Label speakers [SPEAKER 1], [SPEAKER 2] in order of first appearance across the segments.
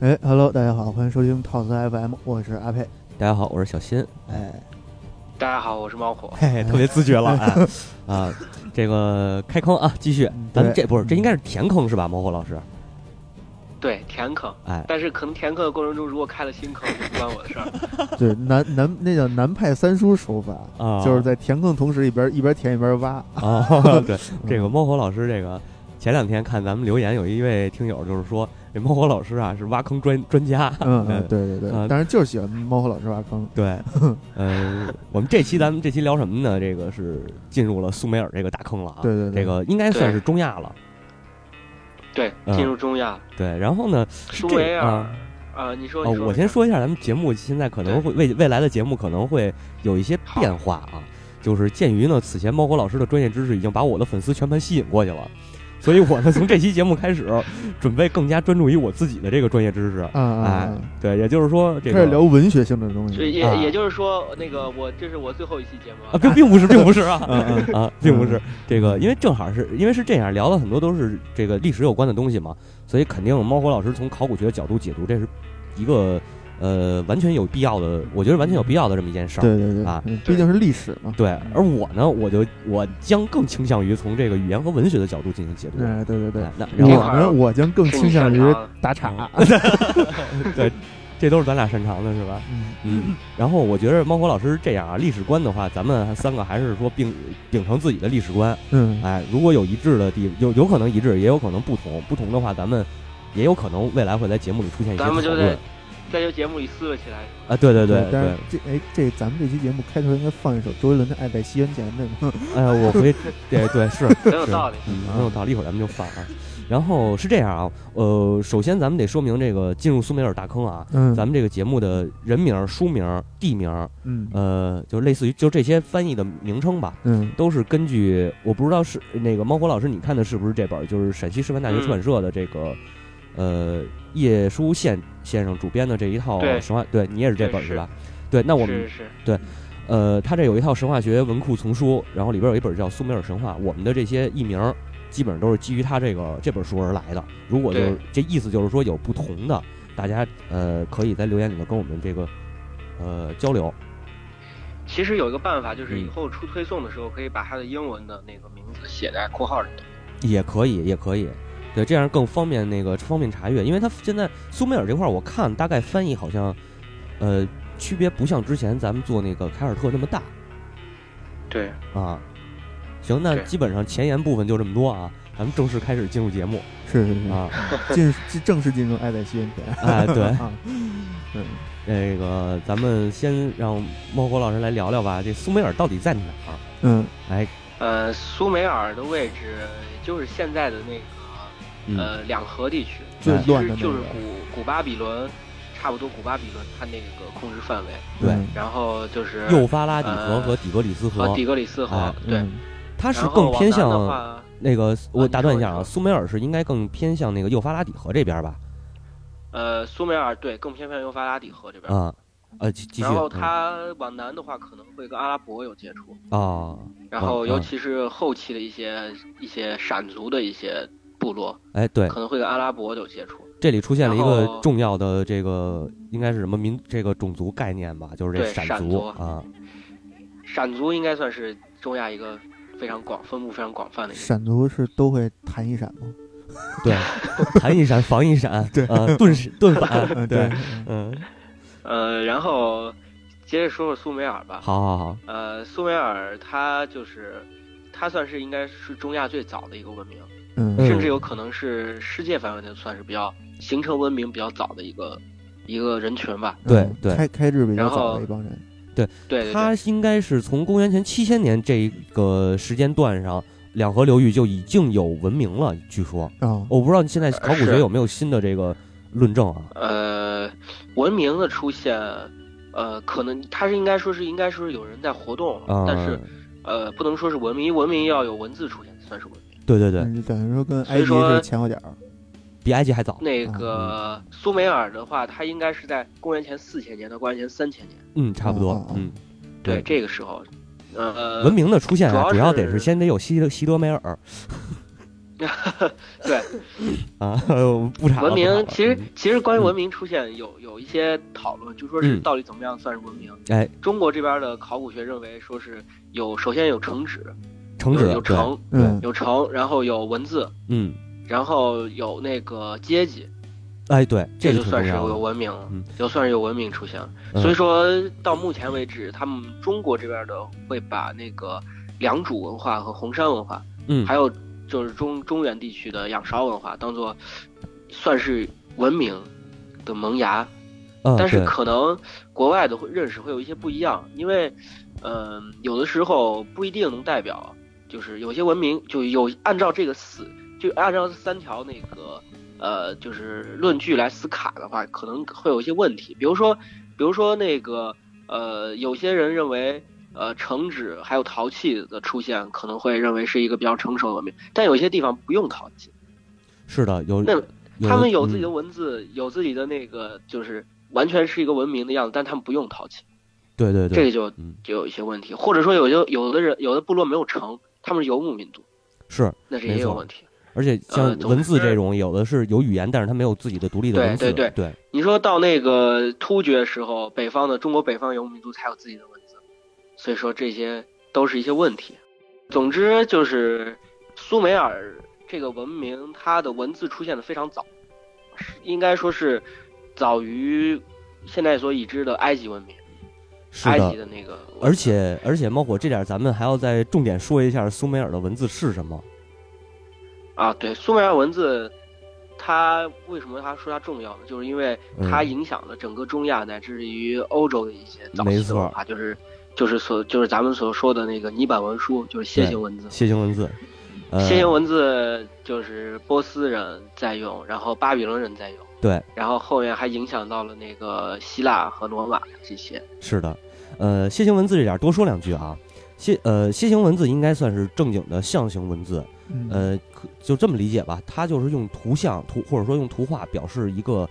[SPEAKER 1] 哎，Hello，大家好，欢迎收听套词 FM，我是阿佩。
[SPEAKER 2] 大家好，我是小新，
[SPEAKER 1] 哎，
[SPEAKER 3] 大家好，我是猫火。
[SPEAKER 2] 嘿嘿，特别自 觉了啊啊！这个开坑啊，继续
[SPEAKER 1] 嗯，
[SPEAKER 2] 咱们
[SPEAKER 1] 对
[SPEAKER 2] 这不是这应该是填坑是吧？猫火老师，
[SPEAKER 3] 对，填坑，
[SPEAKER 2] 哎，
[SPEAKER 3] 但是可能填坑的过程中，如果开了新坑，就不关我的 事儿。
[SPEAKER 1] 对，南南那叫南派三叔手法，
[SPEAKER 2] 啊
[SPEAKER 1] 就是在填坑同时一边一边填一边挖。
[SPEAKER 2] 哦，对，这个猫火老师，这个前两天看咱们留言，有一位听友就是说，这猫火老师啊是挖坑专专家，
[SPEAKER 1] 嗯，
[SPEAKER 2] 嗯
[SPEAKER 1] 嗯对对对，
[SPEAKER 2] 啊
[SPEAKER 1] 当然就是喜欢猫和老师挖坑。
[SPEAKER 2] 对， 呃，我们这期咱们这期聊什么呢？这个是进入了苏美尔这个大坑了啊，
[SPEAKER 1] 对对对
[SPEAKER 2] 这个应该算是中亚了，
[SPEAKER 3] 对，
[SPEAKER 2] 嗯
[SPEAKER 3] 进入中亚，
[SPEAKER 2] 对，然后呢，是
[SPEAKER 3] 苏
[SPEAKER 2] 这
[SPEAKER 3] 维尔
[SPEAKER 2] 啊。
[SPEAKER 3] 啊，你说，
[SPEAKER 2] 哦
[SPEAKER 3] 你，说，
[SPEAKER 2] 我先，说一下，咱们节目现在可能会未未来的节目可能会有一些变化啊，就是鉴于呢，此前猫火老师的专业知识已经把我的粉丝全盘吸引过去了，所以我呢从这期节目开始，准备更加专注于我自己的这个专业知识。
[SPEAKER 1] 啊啊
[SPEAKER 2] 哎
[SPEAKER 1] 啊！，
[SPEAKER 2] 对，也就是说这
[SPEAKER 1] 开始聊
[SPEAKER 2] 个
[SPEAKER 1] 文学性的东
[SPEAKER 3] 就
[SPEAKER 1] 西。
[SPEAKER 3] 也
[SPEAKER 2] 啊
[SPEAKER 3] 也就是说，那个我这是我最后一期节目
[SPEAKER 2] 啊，
[SPEAKER 3] 了，
[SPEAKER 2] 并并不是，并不是啊
[SPEAKER 1] 嗯嗯
[SPEAKER 2] 啊，并不是这个，因为正好是因为是这样聊了很多都是这个历史有关的东西嘛，所以肯定猫火老师从考古学的角度解读，这是一个呃完全有必要的，我觉得完全有必要的这么一件事儿。
[SPEAKER 1] 对对对
[SPEAKER 2] 啊，
[SPEAKER 1] 嗯毕竟是历史嘛。
[SPEAKER 2] 对，而我呢，我就我将更倾向于从这个语言和文学的角度进行解读。
[SPEAKER 1] 哎，对对对，
[SPEAKER 2] 哎那然
[SPEAKER 1] 我
[SPEAKER 3] 这
[SPEAKER 2] 后
[SPEAKER 3] 块儿
[SPEAKER 1] 们我将更
[SPEAKER 3] 是你
[SPEAKER 1] 倾向
[SPEAKER 3] 擅
[SPEAKER 1] 于
[SPEAKER 3] 长的
[SPEAKER 1] 打岔。
[SPEAKER 2] 对，这都是咱俩擅长的，是吧？
[SPEAKER 1] 嗯
[SPEAKER 2] 嗯。然后我觉得猫火老师这样啊，历史观的话，咱们三个还是说秉秉承自己的历史观。
[SPEAKER 1] 嗯，
[SPEAKER 2] 哎，如果有一致的地，有有可能一致，也有可能不同。不同的话，咱们也有可能未来会在节目里出现一些讨
[SPEAKER 3] 咱们就在
[SPEAKER 2] 论。
[SPEAKER 3] 在这节目里撕了起来。
[SPEAKER 2] 啊，对对对对
[SPEAKER 1] 但是。这哎，这咱们这期节目开头应该放一首周杰伦的《爱在西元前》对吗？
[SPEAKER 2] 哎，我回，对对 是
[SPEAKER 3] 很有道理。
[SPEAKER 2] 嗯，很有道理，一会儿咱们就放啊。然后是这样啊，呃，首先咱们得说明这个进入苏美尔大坑啊，
[SPEAKER 1] 嗯，
[SPEAKER 2] 咱们这个节目的人名、书名、地名，
[SPEAKER 1] 嗯
[SPEAKER 2] 呃，就类似于就这些翻译的名称吧，
[SPEAKER 1] 嗯
[SPEAKER 2] 都是根据我不知道是那个猫火老师你看的是不是这本，就是陕西师范
[SPEAKER 3] 嗯
[SPEAKER 2] 大学出版社的这个，呃，叶书宪先生主编的这一套
[SPEAKER 3] 对
[SPEAKER 2] 神话，对你也是这本
[SPEAKER 3] 对
[SPEAKER 2] 是吧？对，那我们
[SPEAKER 3] 是是，
[SPEAKER 2] 呃，他这有一套神话学文库丛书，然后里边有一本叫《苏美尔神话》，我们的这些译名儿基本上都是基于他这个这本书而来的。如果就是这意思就是说有不同的，大家呃可以在留言里头跟我们这个呃交流。
[SPEAKER 3] 其实有一个办法，就是以
[SPEAKER 2] 嗯
[SPEAKER 3] 后出推送的时候，可以把它的英文的那个名字写在括号里头。
[SPEAKER 2] 也可以，也可以，对，这样更方便那个方便查阅，因为它现在苏美尔这块儿，我看大概翻译好像，呃，区别不像之前咱们做那个凯尔特那么大
[SPEAKER 3] 对，
[SPEAKER 2] 啊。行，那
[SPEAKER 3] 对
[SPEAKER 2] 基本上前言部分就这么多啊，咱们正式开始进入节目
[SPEAKER 1] 是是是，
[SPEAKER 2] 啊。
[SPEAKER 1] 进进正式进入《爱在西元前》
[SPEAKER 2] 哎，对，
[SPEAKER 1] 啊，嗯
[SPEAKER 2] 那个咱们先让猫火老师来聊聊吧，这苏美尔到底在哪儿？
[SPEAKER 1] 嗯
[SPEAKER 2] 哎，
[SPEAKER 3] 呃，苏美尔的位置就是现在的那个
[SPEAKER 2] 嗯，
[SPEAKER 3] 呃，两河地区
[SPEAKER 1] 最
[SPEAKER 3] 其实
[SPEAKER 1] 乱的那
[SPEAKER 3] 就是
[SPEAKER 1] 个
[SPEAKER 3] 古古巴比伦，差不多古巴比伦它那个控制范围，
[SPEAKER 2] 对
[SPEAKER 1] 嗯
[SPEAKER 3] 然后就是
[SPEAKER 2] 幼发拉底河
[SPEAKER 3] 呃
[SPEAKER 2] 和底格里斯
[SPEAKER 3] 和
[SPEAKER 2] 河，
[SPEAKER 3] 底格里斯河，
[SPEAKER 2] 哎
[SPEAKER 3] 对，
[SPEAKER 1] 嗯
[SPEAKER 2] 它是
[SPEAKER 3] 然后
[SPEAKER 2] 更
[SPEAKER 3] 往
[SPEAKER 2] 偏
[SPEAKER 3] 南的
[SPEAKER 2] 向
[SPEAKER 3] 话
[SPEAKER 2] 那个，我
[SPEAKER 3] 你
[SPEAKER 2] 打断
[SPEAKER 3] 说
[SPEAKER 2] 一
[SPEAKER 3] 你
[SPEAKER 2] 下啊，
[SPEAKER 3] 说
[SPEAKER 2] 苏美尔是应该更偏向那个幼发拉底河这边吧？
[SPEAKER 3] 呃苏美尔对更偏向幼发拉底河这边，
[SPEAKER 2] 啊，呃，继继续。
[SPEAKER 3] 嗯然
[SPEAKER 1] 嗯
[SPEAKER 3] 后
[SPEAKER 2] 啊、
[SPEAKER 3] 它往南的话可能会跟阿拉伯有接触，
[SPEAKER 2] 哦，
[SPEAKER 3] 然
[SPEAKER 1] 啊
[SPEAKER 3] 后
[SPEAKER 2] 嗯
[SPEAKER 3] 尤其是后期的一些一些闪族的一些部落
[SPEAKER 2] 哎，对，
[SPEAKER 3] 可能会跟阿拉伯有接触，
[SPEAKER 2] 这里出现了一
[SPEAKER 3] 然
[SPEAKER 2] 个
[SPEAKER 3] 后
[SPEAKER 2] 重要的这个应该是什么民这个种族概念吧，就是这
[SPEAKER 3] 对
[SPEAKER 2] 闪
[SPEAKER 3] 闪
[SPEAKER 2] 族
[SPEAKER 3] 族
[SPEAKER 2] 啊，
[SPEAKER 3] 闪族应该算是中亚一个非常广分布非常广泛的一个。
[SPEAKER 1] 闪族是都会弹一闪 吗？
[SPEAKER 2] 对，弹一闪，防一闪，
[SPEAKER 1] 对
[SPEAKER 2] 呃，盾是盾 反，
[SPEAKER 1] 嗯，
[SPEAKER 2] 对，
[SPEAKER 1] 嗯
[SPEAKER 2] 嗯，
[SPEAKER 3] 呃，然后接着说说苏美尔吧。
[SPEAKER 2] 好好好，
[SPEAKER 3] 呃，苏美尔它就是，它算是应该是中亚最早的一个文明，
[SPEAKER 1] 嗯
[SPEAKER 2] 嗯
[SPEAKER 3] 甚至有可能是世界范围内算是比较形成文明比较早的一个一个人群吧。
[SPEAKER 2] 对
[SPEAKER 1] 嗯
[SPEAKER 2] 对
[SPEAKER 1] 开开智比较
[SPEAKER 3] 然后
[SPEAKER 1] 早的一帮人，
[SPEAKER 3] 对对
[SPEAKER 2] 它
[SPEAKER 3] 对，
[SPEAKER 2] 应该是从公元前七千年这个时间段上，两河流域就已经有文明了，据说，
[SPEAKER 1] 啊，
[SPEAKER 2] 我不知道现在考古学
[SPEAKER 3] 呃是
[SPEAKER 2] 有没有新的这个论证啊？
[SPEAKER 3] 呃，文明的出现，呃，可能它是应该说是应该说是有人在活动，
[SPEAKER 2] 啊、
[SPEAKER 3] 但是呃，不能说是文明，文明要有文字出现算是文明。
[SPEAKER 2] 对对对，
[SPEAKER 1] 嗯等于说跟埃
[SPEAKER 3] 所以
[SPEAKER 1] 及
[SPEAKER 3] 说
[SPEAKER 1] 是前后脚，
[SPEAKER 2] 比埃及还早，
[SPEAKER 3] 那
[SPEAKER 2] 啊
[SPEAKER 3] 个苏美尔的话，它应该是在公元前四千年到公元前三千年，
[SPEAKER 2] 嗯，差不
[SPEAKER 1] 嗯
[SPEAKER 2] 多，
[SPEAKER 1] 嗯
[SPEAKER 2] 嗯，
[SPEAKER 3] 对这个时候，呃，
[SPEAKER 2] 文明的出现啊，主
[SPEAKER 3] 主
[SPEAKER 2] 要
[SPEAKER 3] 要
[SPEAKER 2] 得是
[SPEAKER 3] 是
[SPEAKER 2] 先得有西德西德梅尔，
[SPEAKER 3] 对
[SPEAKER 2] 啊， 我不查了不查
[SPEAKER 3] 文明
[SPEAKER 2] 了
[SPEAKER 3] 其实
[SPEAKER 2] 嗯
[SPEAKER 3] 其实关于
[SPEAKER 2] 嗯
[SPEAKER 3] 文明出现有有一些讨论，就说是
[SPEAKER 2] 嗯
[SPEAKER 3] 到底怎么样算是文明。
[SPEAKER 2] 哎，
[SPEAKER 3] 中国这边的考古学认为说是有首先有城址，
[SPEAKER 2] 城址
[SPEAKER 3] 有有
[SPEAKER 2] 对
[SPEAKER 3] 城
[SPEAKER 1] 嗯，
[SPEAKER 3] 有城，然后有文字，
[SPEAKER 2] 嗯，
[SPEAKER 3] 然后有那个阶级，
[SPEAKER 2] 哎，对，
[SPEAKER 3] 这
[SPEAKER 2] 个
[SPEAKER 3] 就
[SPEAKER 2] 挺
[SPEAKER 3] 算
[SPEAKER 2] 重
[SPEAKER 3] 是
[SPEAKER 2] 要
[SPEAKER 3] 有
[SPEAKER 2] 的。
[SPEAKER 3] 文明了
[SPEAKER 2] 嗯，
[SPEAKER 3] 就算是有文明出现了。
[SPEAKER 2] 嗯
[SPEAKER 3] 所以说到目前为止，他们中国这边的会把那个良渚文化和红山文化，
[SPEAKER 2] 嗯
[SPEAKER 3] 还有就是中中原地区的仰韶文化当做算是文明的萌芽。
[SPEAKER 2] 嗯，
[SPEAKER 3] 但是
[SPEAKER 2] 对
[SPEAKER 3] 可能国外的会认识会有一些不一样，因为，嗯、有的时候不一定能代表，就是有些文明就有按照这个四，就按照这三条那个，呃，就是论据来思考的话，可能会有一些问题。比如说，比如说那个，呃，有些人认为，呃，橙纸还有陶器的出现，可能会认为是一个比较成熟的文明，但有些地方不用陶器，
[SPEAKER 2] 是的，有
[SPEAKER 3] 那他们有自己的
[SPEAKER 2] 嗯
[SPEAKER 3] 文字，有自己的那个，就是完全是一个文明的样子，但他们不用陶器。
[SPEAKER 2] 对对
[SPEAKER 3] 这
[SPEAKER 2] 对，
[SPEAKER 3] 个就
[SPEAKER 2] 嗯
[SPEAKER 3] 就有一些问题，或者说有些有的人有的部落没有城，他们是游牧民族，
[SPEAKER 2] 是，
[SPEAKER 3] 那是
[SPEAKER 2] 没
[SPEAKER 3] 也有
[SPEAKER 2] 错
[SPEAKER 3] 问题。
[SPEAKER 2] 而且
[SPEAKER 3] 呃
[SPEAKER 2] 像
[SPEAKER 3] 总
[SPEAKER 2] 文字
[SPEAKER 3] 之
[SPEAKER 2] 这种，有的是有语言，但是它没有自己的独立的
[SPEAKER 3] 对
[SPEAKER 2] 文字，
[SPEAKER 3] 对
[SPEAKER 2] 对，
[SPEAKER 3] 你说到那个突厥时候，北方的中国北方游牧民族才有自己的文字，所以说这些都是一些问题。总之就是苏美尔这个文明，它的文字出现的非常早，是应该说是早于现在所已知的埃及文明，
[SPEAKER 2] 是
[SPEAKER 3] 埃
[SPEAKER 2] 的
[SPEAKER 3] 及。的那个文字，
[SPEAKER 2] 而且而且，猫火这点咱们还要再重点说一下苏美尔的文字是什么。
[SPEAKER 3] 啊，对，苏美尔文字，它为什么它说它重要呢？就是因为它
[SPEAKER 2] 嗯
[SPEAKER 3] 影响了整个中亚乃至于欧洲的一些早
[SPEAKER 2] 没
[SPEAKER 3] 期的
[SPEAKER 2] 错
[SPEAKER 3] 文化，就是就是所就是咱们所说的那个泥板文书，就是楔
[SPEAKER 2] 对
[SPEAKER 3] 形文字。
[SPEAKER 2] 楔形文字，呃，
[SPEAKER 3] 楔形文字就是波斯人在用，然后巴比伦人在用，
[SPEAKER 2] 对，
[SPEAKER 3] 然后后面还影响到了那个希腊和罗马这些。
[SPEAKER 2] 是的，呃，楔形文字这点儿多说两句啊。楔呃楔形文字应该算是正经的象形文字，
[SPEAKER 1] 嗯，
[SPEAKER 2] 呃，可就这么理解吧，它就是用图像图或者说用图画表示一个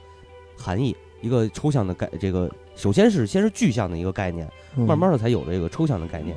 [SPEAKER 2] 含义，一个抽象的概这个。首先是先是具象的一个概念，
[SPEAKER 1] 嗯
[SPEAKER 2] 慢慢的才有这个抽象的概念。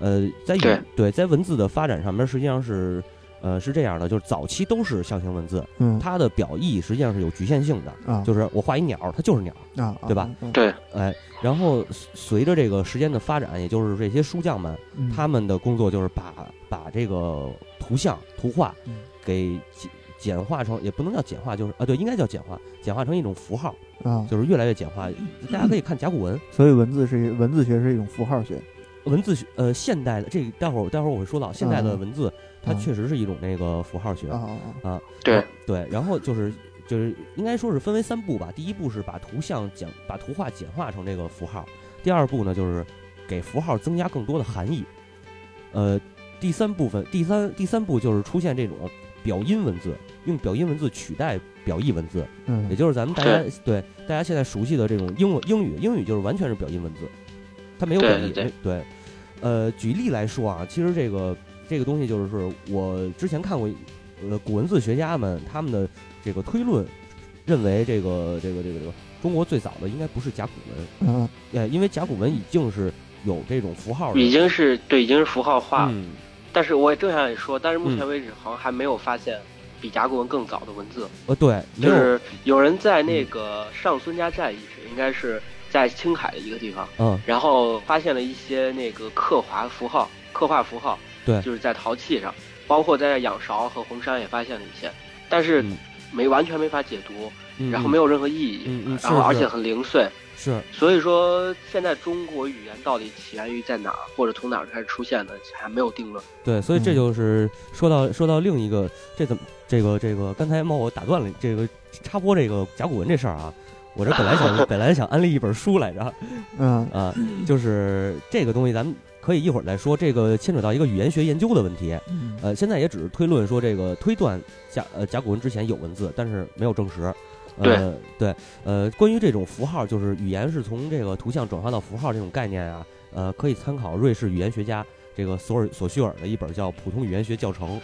[SPEAKER 2] 呃，在语
[SPEAKER 3] 对
[SPEAKER 2] 对在文字的发展上面，实际上是呃是这样的，就是早期都是象形文字，
[SPEAKER 1] 嗯
[SPEAKER 2] 它的表意实际上是有局限性的，
[SPEAKER 1] 啊
[SPEAKER 2] 就是我画一鸟，它就是鸟，
[SPEAKER 1] 啊，
[SPEAKER 2] 对吧
[SPEAKER 1] 嗯？
[SPEAKER 3] 对，
[SPEAKER 2] 哎，然后随着这个时间的发展，也就是这些书匠们，
[SPEAKER 1] 嗯
[SPEAKER 2] 他们的工作就是把把这个图像、图画
[SPEAKER 1] 嗯
[SPEAKER 2] 给简简化成，也不能叫简化，就是啊，对，应该叫简化，简化成一种符号，
[SPEAKER 1] 啊，
[SPEAKER 2] 就是越来越简化。大家可以看甲骨文，
[SPEAKER 1] 所以文字是文字学是一种符号学，
[SPEAKER 2] 文字学，呃，现代的这个待会儿待会儿我会说到，现代的
[SPEAKER 1] 嗯
[SPEAKER 2] 文字它
[SPEAKER 1] 嗯
[SPEAKER 2] 确实是一种那个符号学，
[SPEAKER 1] 啊啊啊，
[SPEAKER 3] 对
[SPEAKER 2] 啊对，然后就是就是应该说是分为三步吧。第一步是把图像简把图画简化成这个符号，第二步呢就是给符号增加更多的含义，呃，第三部分第三第三步就是出现这种表音文字，用表音文字取代表意文字，也
[SPEAKER 1] 嗯
[SPEAKER 2] 就是咱们大家对大家现在熟悉的这种英文英语，英语就是完全是表音文字，它没有
[SPEAKER 3] 对
[SPEAKER 2] 表意。
[SPEAKER 3] 对
[SPEAKER 2] 没对，呃，举例来说啊，其实这个这个东西就是是我之前看过一，呃，古文字学家们他们的这个推论，认为这个这个这个这个中国最早的应该不是甲骨文，
[SPEAKER 1] 嗯
[SPEAKER 2] 呃，因为甲骨文已经是有这种符号的，
[SPEAKER 3] 已经是对已经是符号化了。
[SPEAKER 2] 嗯，
[SPEAKER 3] 但是我也正想也说，但是目前为止好像还没有发现比甲骨文更早的文字。
[SPEAKER 2] 呃，对，没有，
[SPEAKER 3] 就
[SPEAKER 2] 嗯
[SPEAKER 3] 是有人在那个上孙家寨遗址，应该是在青海的一个地方，
[SPEAKER 2] 嗯，
[SPEAKER 3] 然后发现了一些那个刻划符号，刻画符号，
[SPEAKER 2] 对
[SPEAKER 3] 就是在陶器上，包括在仰韶和红山也发现了一些，但是
[SPEAKER 2] 嗯
[SPEAKER 3] 没完全没法解读，
[SPEAKER 2] 嗯
[SPEAKER 3] 然后没有任何意义，
[SPEAKER 2] 嗯嗯是
[SPEAKER 3] 然后而
[SPEAKER 2] 是
[SPEAKER 3] 且很零碎，
[SPEAKER 2] 是
[SPEAKER 3] 所以说现在中国语言到底起源于在哪儿，或者从哪儿开始出现的，还没有定论。
[SPEAKER 2] 对，所以这
[SPEAKER 1] 嗯
[SPEAKER 2] 就是说到说到另一个，这怎么这个这个刚才猫我打断了这个插播这个甲骨文这事儿啊，我这本来想本来想安利一本书来着
[SPEAKER 1] 嗯
[SPEAKER 2] 啊，就是这个东西咱们可以一会儿再说，这个牵扯到一个语言学研究的问题，
[SPEAKER 1] 嗯
[SPEAKER 2] 呃，现在也只是推论说这个推断甲呃甲骨文之前有文字，但是没有证实。呃，对，呃，关于这种符号，就是语言是从这个图像转化到符号这种概念啊，呃，可以参考瑞士语言学家这个索尔索绪尔的一本叫《普通语言学教程》。